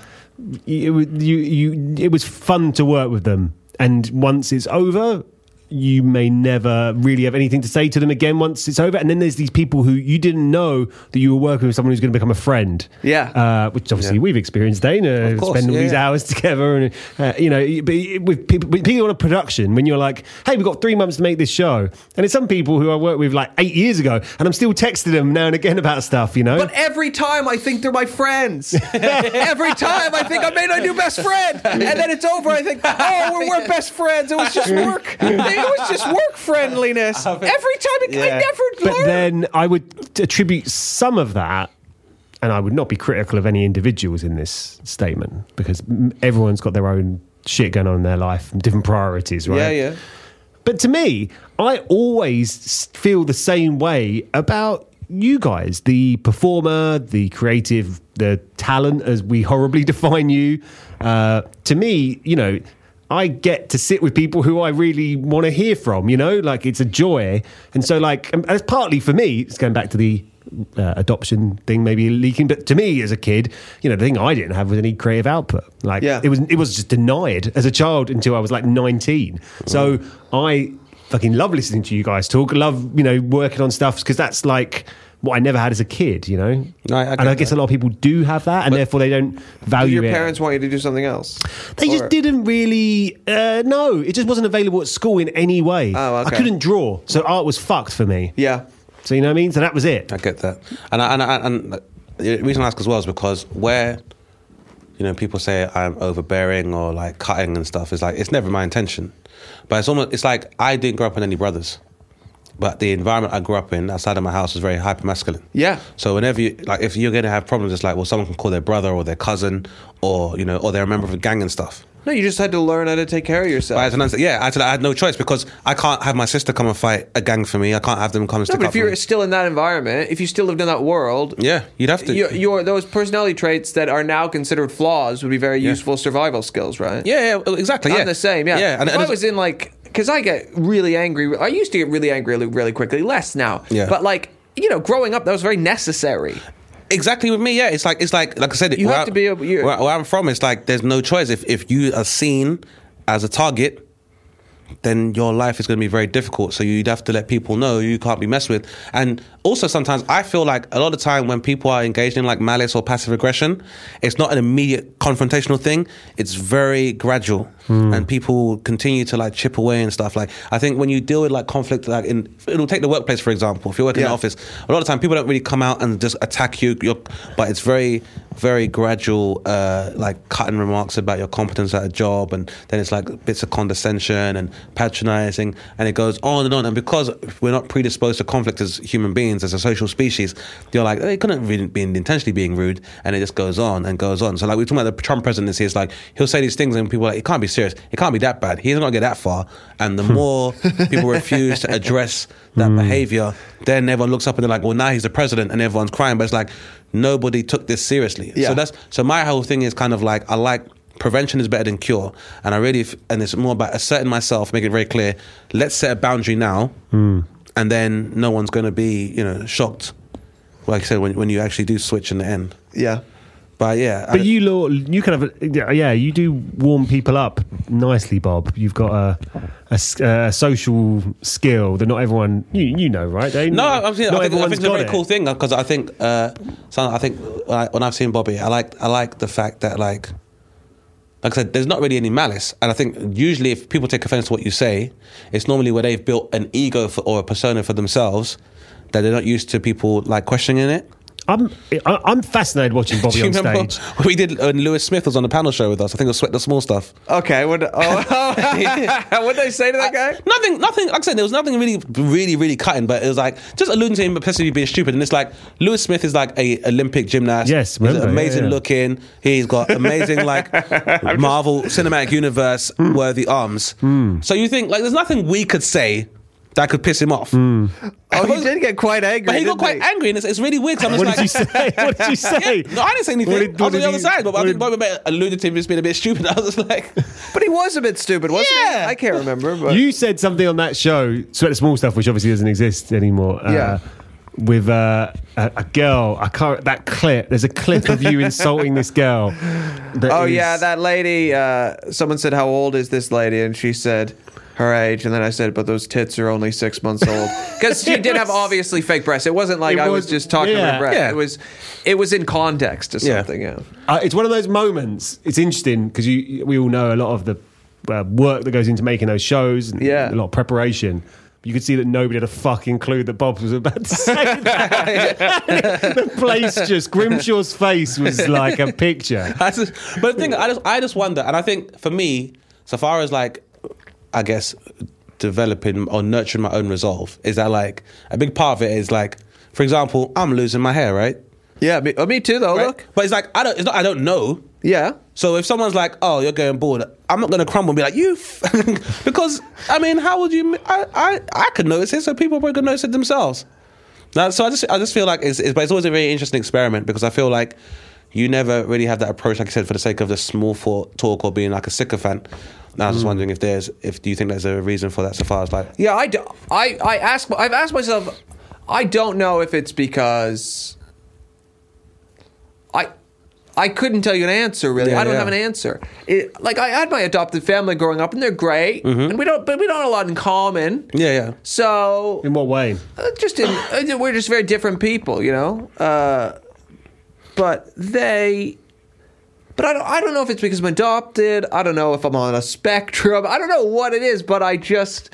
B: it, wa- you, you, it was fun to work with them, and once it's over. You may never really have anything to say to them again once it's over, and then there's these people who you didn't know that you were working with someone who's going to become a friend.
C: Yeah.
B: uh, which obviously
A: Yeah.
B: we've experienced, Dana,
A: Of course,
B: spending all
A: yeah,
B: these
A: yeah.
B: hours hours together, and uh, you know, but it- with people, with people on a production, when you're like, "Hey, we've got three months to make this show," and it's some people who I worked with like eight years ago, and I'm still texting them now and again about stuff, you know.
C: But every time I think they're my friends. every time I think I made my new best friend. And then it's over. I think, oh, we're, we're best friends. It was just work. It was just work friendliness. Every time it,
A: Yeah.
C: I never
B: but
C: learned.
B: then I would attribute some of that, and I would not be critical of any individuals in this statement because mm, everyone's got their own shit going on in their life, and different priorities, right?
C: yeah, yeah.
B: But to me, I always s- feel the same way about you guys the performer, the creative, the talent, as we horribly define you. Uh, to me, you know, I get to sit with people who I really want to hear from, you know, like it's a joy. And so, like, and that's partly for me, it's going back to the uh, adoption thing maybe leaking but to me as a kid you know the thing i didn't have was any creative output like
C: Yeah.
B: it was it was just denied as a child until i was like 19 so i fucking love listening to you guys talk love you know working on stuff because that's like what i never had as a kid you know
A: No, I- I
B: and i
A: get
B: guess
A: that.
B: a lot of people do have that and therefore they don't
C: Do
B: value
C: your
B: it
C: parents want you to do something else?
B: they just
C: Or-
B: didn't really. Uh, no, it just wasn't available at school in any way.
C: Oh,
B: I
C: okay.
B: couldn't draw, so art was fucked for me.
C: Yeah.
B: So you know what I mean. So that was it.
A: I get that, and I, and I, and the reason I ask as well is because where you know people say I'm overbearing or like cutting and stuff is like it's never my intention, but it's almost it's like I didn't grow up with any brothers, but the environment I grew up in outside of my house was very hyper masculine.
C: Yeah.
A: So whenever you like, if you're gonna have problems, it's like, well, someone can call their brother or their cousin, or you know, or they're a member of a gang and stuff.
C: No, you just had to learn how to take care of yourself.
A: But I had to answer, yeah, I had, to, I had no choice because I can't have my sister come and fight a gang for me. I can't have them come and
C: No,
A: stick
C: but
A: up
C: if
A: for
C: you're
A: me.
C: still in that environment, if you still lived in that world,
A: yeah, you'd have to.
C: your, your those personality traits that are now considered flaws would be very useful survival skills, right?
A: yeah, yeah, exactly. Yeah,
C: I'm the same. Yeah,
A: yeah. And,
C: if
A: and
C: I was in like, because I get really angry. I used to get really angry really, really quickly. Less now.
A: Yeah.
C: But like, you know, growing up, that was very necessary.
A: exactly with me. Yeah, it's like it's like like I said.
C: You
A: where
C: have
A: I-
C: to be able- you-
A: where, where I'm from. It's like there's no choice. If if you are seen as a target, then your life is going to be very difficult. So you'd have to let people know you can't be messed with. And also sometimes I feel like a lot of time when people are engaged in like malice or passive aggression, it's not an immediate confrontational thing. It's very gradual, and people continue to like chip away and stuff. Like I think when you deal with like conflict, like in it'll take the workplace for example. If you're working in
C: Yeah.
A: an office, a lot of time people don't really come out and just attack you. You're, but it's very very gradual, uh, like cutting remarks about your competence at a job, and then it's like bits of condescension and patronizing, and it goes on and on. And because we're not predisposed to conflict as human beings, as a social species, you're like, they couldn't really be intentionally being rude, and it just goes on and goes on. So, like, we're talking about the Trump presidency, it's like he'll say these things, and people are like, it can't be serious, it can't be that bad, he's not gonna get that far. And the more people refuse to address
C: Hmm.
A: that behavior, then everyone looks up and they're like, well, now he's the president, and everyone's crying, but it's like, nobody took this seriously.
C: Yeah.
A: So that's so my whole thing is kind of like I like prevention is better than cure, and I really f- and it's more about asserting myself, making it very clear. Let's set a boundary now,
C: Hmm.
A: and then no one's going to be you know shocked. Like I said, when when you actually do switch in the end,
C: Yeah.
A: but yeah, I-
B: But you, lo- you kind of, yeah, you do warm people up nicely, Bob. You've got a, a s- a social skill that not everyone, you, you know, right? They,
A: No, I'm saying, I,
B: not
A: think, I think it's a
B: got
A: very
B: it.
A: cool thing because I think uh, some, I think like, when I've seen Bobby, I like I like the fact that like like I said, there's not really any malice, and I think usually if people take offense to what you say, it's normally where they've built an ego for, or a persona for themselves that they're not used to people like questioning it.
B: I'm, I- I'm fascinated watching Bobby
A: Do you
B: on
A: remember
B: stage.
A: what we did when Lewis Smith was on the panel show with us? I think it was Sweat the Small Stuff.
C: Okay. What? Oh, what did I say to that guy?
A: Nothing, nothing. Like I said, there was nothing really, really, really cutting. But it was like just alluding to him possibly being stupid. And it's like Lewis Smith is like a Olympic gymnast.
B: Yes,
A: he's
B: remember, yeah,
A: amazing
B: yeah.
A: looking. He's got amazing like Marvel Cinematic Universe
B: Hmm.
A: worthy arms. So you think like there's nothing we could say that could piss him off.
B: Hmm.
C: Oh, he did get quite angry.
A: But he got
C: didn't
A: quite angry, and it's, it's really weird. 'cause I'm just like,
B: What did you say? What did you say?
A: no, I didn't say anything.
B: What did-
A: I
B: what
A: was on
B: did
A: the other
B: he-
A: side, but
B: what
A: I think
B: did-
A: Bobby May alluded to him just being a bit stupid. I was just like,
C: eh, But he was a bit stupid, wasn't
A: Yeah.
C: he? I can't remember. But
B: You said something on that show, Sweat the Small Stuff, which obviously doesn't exist anymore. uh,
C: Yeah.
B: with uh, a, a girl, I can't. That clip. There's a clip of you insulting this girl. that
C: oh
B: is-
C: yeah, that lady. Uh, someone said, "How old is this lady?" And she said. Her age, and then I said, "But those tits are only six months old." Because she did have obviously fake breasts. It wasn't like
B: It
C: I was
B: was-
C: just talking
B: yeah.
C: about breasts.
A: Yeah.
C: It was, it was in context to
A: Yeah.
C: something. Yeah.
B: Uh, it's one of those moments. It's interesting because you we all know a lot of the uh, work that goes into making those shows. And
C: Yeah.
B: a lot of preparation. You could see that nobody had a fucking clue that Bob was about to say that. the place just Grimshaw's face was like a picture.
A: I just- but the thing, I just, I just wonder, and I think for me, so far as like, I guess, developing or nurturing my own resolve is that like a big part of it is like, for example, I'm losing my hair, right?
C: Yeah. Me, oh, me too, though.
A: Right?
C: Look.
A: but it's like I don't, it's not, I don't know.
C: Yeah.
A: So if someone's like, "Oh, you're going bald," I'm not going to crumble and be like, "You," f-" because I mean, how would you? I I, I could notice it, so people are probably gonna notice it themselves. Now, so I just I just feel like it's, it's but it's always a very interesting experiment because I feel like you never really have that approach, like I said, for the sake of the small for talk or being like a sycophant. Now, I was just wondering if there's if do you think there's a reason for that so far as like
C: Yeah, I, do, I, I ask, I've asked myself, I don't know if it's because I, I couldn't tell you an answer really.
A: Yeah,
C: I don't
A: yeah.
C: have an answer. It, like I had my adopted family growing up, and they're great, and we don't, but we don't have a lot in common.
A: Mm-hmm. yeah yeah
C: So
B: In what way?
C: uh, just in, uh, we're just very different people, you know. Uh, but they, but I don't, I don't know if it's because I'm adopted. I don't know if I'm on a spectrum. I don't know what it is, but I just,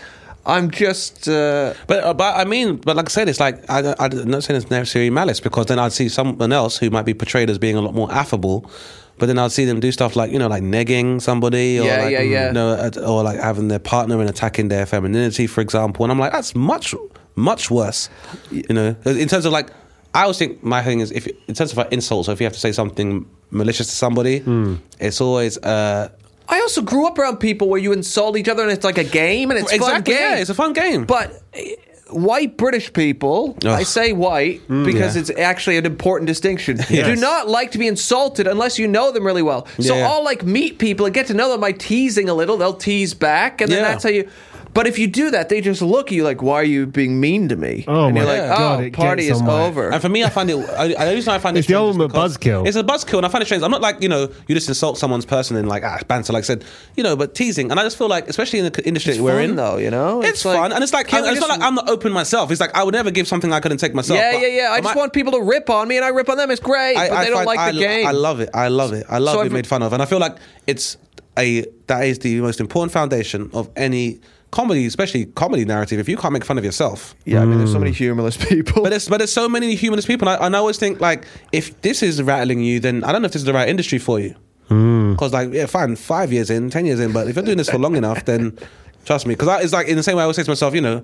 C: I'm just. Uh,
A: But uh, but I mean, but like I said, it's like I, I, I'm not saying it's necessarily malice because then I'd see someone else who might be portrayed as being a lot more affable, but then I'd see them do stuff like you know like negging somebody or
C: Yeah,
A: like,
C: yeah, yeah.
A: you know, at- or like having their partner and attacking their femininity, for example. And I'm like, that's much much worse. You know, in terms of like, I always think my thing is if in terms of like insults, so if you have to say something malicious to somebody,
C: Hmm.
A: it's always. Uh,
C: I also grew up around people where you insult each other and it's like a game and it's
A: Exactly,
C: fun game.
A: yeah, it's a fun game.
C: But eh, white British people, I
A: Ugh. Mm,
C: say white because
B: Yeah.
C: it's actually an important distinction.
A: Yes.
C: Do not like to be insulted unless you know them really well. So
A: Yeah.
C: I'll like meet people and get to know them by teasing a little. They'll tease back, and then
A: Yeah.
C: that's how you. But if you do that, they just look at you like, "Why are you being mean to me?"
B: Oh
C: and you're
B: my
C: like,
B: God,
C: "Oh,
B: it
C: party
B: gets
C: is
B: on my-
C: over."
A: And for me, I find it. I, I- the reason I find it
B: It's the
A: strange is
B: ultimate
A: because-
B: buzzkill.
A: It's a buzzkill, and I find it strange. I'm not like you know, you just insult someone's person and like ah, banter, like I said, you know, but teasing. And I just feel like, especially in the c- industry
C: It's
A: that we're
C: fun,
A: in,
C: though, you know?
A: it's,
C: It's like,
A: fun, and it's like,
C: can't
A: and
C: we
A: it's not
C: just-
A: like I'm not open myself. It's like I would never give something I couldn't take myself.
C: yeah,
A: but-
C: yeah, yeah. I
A: but
C: just
A: my-
C: want people to rip on me, and I rip on them. It's great, but they don't
A: find-
C: like
A: I,
C: the game.
A: I love it. I love it. I love
C: So
A: being
C: I've-
A: made fun of, and I feel like it's a that is the most important foundation of any comedy, especially comedy narrative. If you can't make fun of yourself,
C: Yeah, I mean, there's so many humorless
A: Mm.
C: people.
A: But there's but there's so many humanist people, and I, and I always think like if this is rattling you, then I don't know if this is the right industry for you.
C: Hmm.
A: Because like yeah, fine, five years in, ten years in, but if you're doing this for long enough, then trust me. Because it's like in the same way I always say to myself, you know.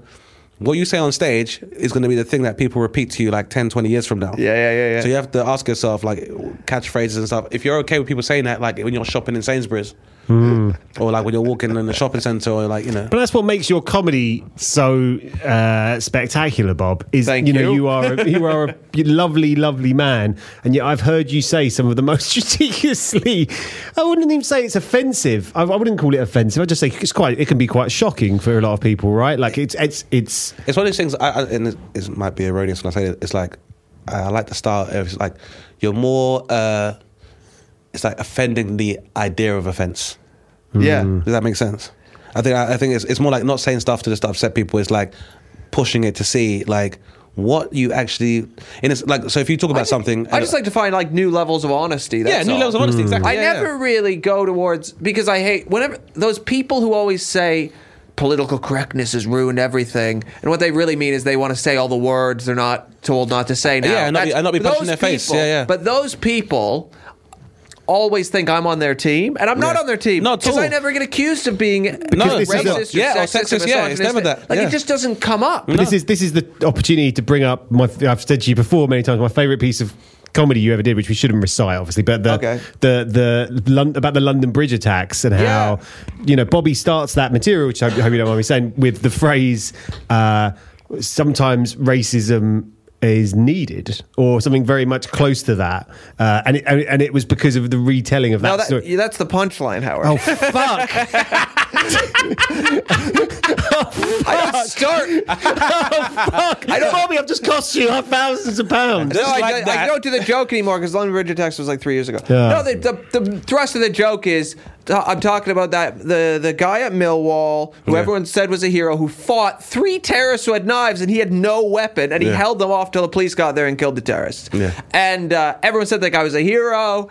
A: What you say on stage is going to be the thing that people repeat to you like 10, 20 years from now.
C: Yeah, yeah, yeah, yeah.
A: So you have to ask yourself, like, catchphrases and stuff. If you're okay with people saying that, like, when you're shopping in Sainsbury's
C: Hmm.
A: or like when you're walking in the shopping centre or like, you know.
B: But that's what makes your comedy so uh, spectacular, Bob. Is
C: Thank
B: you know
C: you.
B: you are a, you are a lovely, lovely man, and yet I've heard you say some of the most ridiculously. I wouldn't even say it's offensive. I, I wouldn't call it offensive. I just say it's quite. It can be quite shocking for a lot of people, right? Like it's it's it's
A: It's one of those things. I, I, and it, it might be erroneous when I say it. It's like I like the style. of- It's like you're more. Uh, it's like offending the idea of offense.
C: yeah.
A: Does that make sense? I think I, I think it's it's more like not saying stuff to just upset people. It's like pushing it to see like what you actually. And it's like so if you talk about something, uh,
C: I just like to find like new levels of honesty.
A: yeah,
C: That's
A: new
C: all.
A: levels of honesty. Exactly.
C: I
A: Yeah,
C: never
A: yeah.
C: really go towards because I hate whenever those people who always say political correctness has ruined everything, and what they really mean is they want to say all the words they're not told not to say now.
A: Yeah, and not be-
C: That's-
A: and not be punched in
C: those
A: their face.
C: people-
A: Yeah, yeah.
C: But those people. Always think I'm on their team, and I'm not
A: Yeah.
C: on their team.
A: Not at
C: because I
A: all.
C: never get accused of being
A: No,
C: racist,
B: this is a-
C: or
A: yeah, or
C: sexist,
A: sexist, yeah, it's
C: misogynist.
A: never that,
C: Like
A: yeah.
C: it just doesn't come up.
B: But this is this is the opportunity to bring up my. I've said to you before many times. My favorite piece of comedy you ever did, which we shouldn't recite, obviously, but the
C: Okay.
B: the the Lon- about the London Bridge attacks and
C: Yeah.
B: how you know Bobby starts that material, which I hope, hope you don't mind me saying, with the phrase uh, sometimes racism. Is needed, or something very much close to that, uh, and it, and it- and it was because of the retelling of that,
C: Now that,
B: story.
C: that's the punchline, Howard.
B: Oh fuck!
C: I don't start
B: I don't, Bobby, I've just cost you thousands of pounds.
C: No,
A: Just
C: I,
A: like
C: I- I
A: that.
C: don't do the joke anymore because London Bridge Attacks was like three years ago.
B: Yeah.
C: No, the, the, the thrust of the joke is t- I'm talking about that the, the guy at Millwall who
A: Yeah.
C: everyone said was a hero who fought three terrorists who had knives and he had no weapon and he
A: Yeah.
C: held them off till the police got there and killed the terrorists.
A: Yeah.
C: And uh, everyone said that guy was a hero.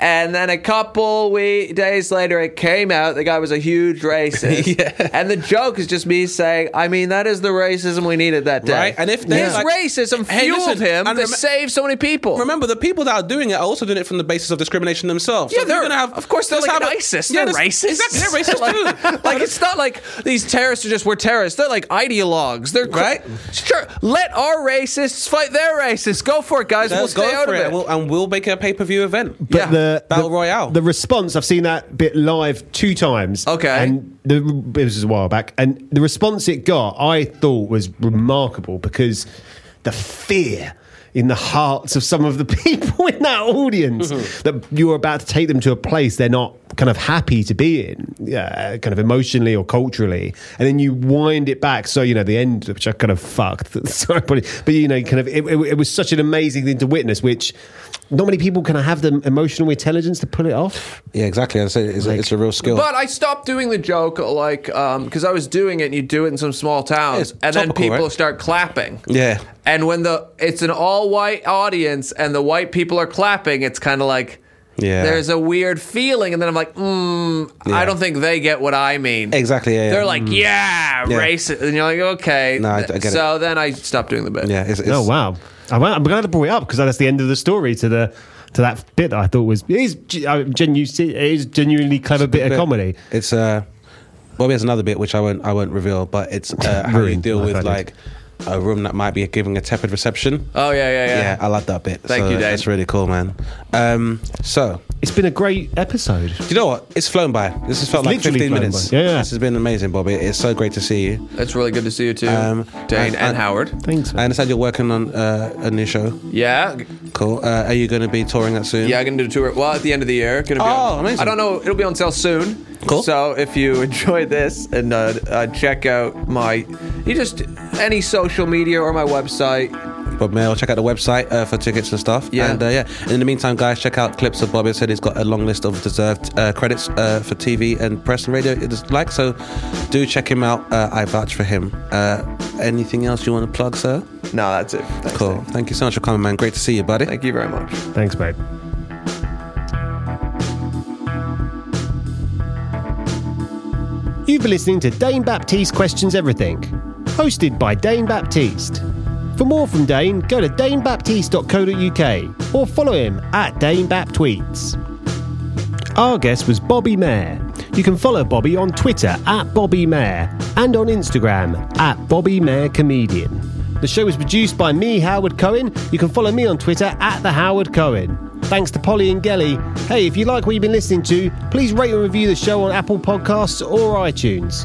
C: And then a couple we- days later, it came out the guy was a huge racist. And the joke is just me saying, I mean, that is the racism we needed that day.
A: Right, and if they,
C: his
A: like-
C: racism
A: Hey,
C: fueled
A: listen,
C: him to
A: and remem-
C: save so many people.
A: Remember, the people that are doing it are also doing it from the basis of discrimination themselves.
C: Yeah,
A: So
C: they're
A: you're gonna have,
C: of course they're
A: let's
C: like
A: have
C: an
A: a-
C: ISIS.
A: Yeah,
C: they're
A: that's-
C: racist.
A: Exactly, they're racist too.
C: like, like it's not like these terrorists are just we're terrorists. They're like ideologues. They're cr-
A: Right.
C: Sure, let our racists fight their racists. Go for it, guys.
A: Let's
C: we'll stay
A: go
C: out
A: for
C: of
A: it,
C: it.
A: And, we'll, and we'll make a pay per view event.
B: But
C: Yeah.
B: the
A: Battle
B: the-
A: Royale.
B: The response I've seen that bit live two times.
C: Okay.
B: and the it was a while back, and the response it got, I thought was remarkable because the fear in the hearts of some of the people in that audience that you're about to take them to a place they're not kind of happy to be in, yeah, kind of emotionally or culturally, and then you wind it back. So you know the end, which I kind of fucked. Sorry, buddy. but you know, kind of it, it, it was such an amazing thing to witness, which. Not many people can have the emotional intelligence to pull it off.
A: Yeah, exactly. I said it's, a, it's a real skill.
C: But I stopped doing the joke like because I was doing it and you do it in some small town
A: It's
C: and then
A: topical,
C: people
A: right?
C: start clapping.
A: Yeah.
C: And when the it's an all white audience and the white people are clapping, it's kind of like
A: Yeah.
C: There's a weird feeling and then I'm like, mm, I
A: Yeah.
C: don't think they get what I mean.
A: exactly. Yeah, yeah.
C: They're like, yeah,
A: Yeah.
C: racist. And you're like, okay.
A: No, I- I get
C: so then I stopped doing the bit.
A: yeah. It's, it's,
B: Oh wow! I'm, I'm glad I brought it up because that's the end of the story to the to that bit that I thought was it is ge- uh, genu- it is genuinely clever bit of
A: But
B: comedy.
A: It's uh, well, there's another bit which I won't I won't reveal, but it's uh, how you
B: Ruined
A: deal
B: my
A: with
B: favourite.
A: like a room that might be giving a tepid reception.
C: Oh yeah, yeah, yeah.
A: yeah, I love that bit.
C: Thank
A: So
C: you, Dave.
A: That's really cool, man. Um, so
B: It's been a great episode.
A: Do you know what? It's flown by. This has felt
B: It's
A: like
B: literally
A: 15
B: flown
A: minutes.
B: by. Yeah, yeah.
A: This has been amazing, Bobby. It's so great to see you.
C: It's really good to see you too,
A: Um,
C: Dane
A: I- I-
C: and Howard.
B: Thanks.
A: I understand you're working on uh, a new show.
C: Yeah,
A: Cool. Uh, are you going to be touring that soon?
C: yeah. I'm gonna do a tour. Well, at the end of the year, gonna be.
A: Oh,
C: on,
A: amazing.
C: I don't know. It'll be on sale soon.
A: Cool.
C: So if you enjoy this and uh, uh, check out my, you just any social media or my website.
A: Bob Mail. Check out the website uh, for tickets and stuff.
C: Yeah.
A: And uh, yeah. And in the meantime, guys, check out clips of Bobby. I said he's got a long list of deserved uh, credits uh, for TV and press and radio. It's like so. Do check him out. Uh, I vouch for him. Uh, anything else you want to plug, sir?
C: No, that's it. Thanks,
A: Cool.
C: Dane.
A: Thank you so much for coming, man. Great to see you, buddy.
C: Thank you very much.
B: Thanks, babe. You've been listening to Dane Baptiste Questions Everything, hosted by Dane Baptiste. For more from Dane, go to danebaptiste.co.uk or follow him at danebaptweets. Our guest was Bobby Mayer. You can follow Bobby on Twitter at Bobby Mayer and on Instagram at Bobby Mayer Comedian. The show is produced by me, Howard Cohen. You can follow me on Twitter at the Howard Cohen. Thanks to Polly and Gelly. Hey, if you like what you've been listening to, please rate and review the show on Apple Podcasts or iTunes.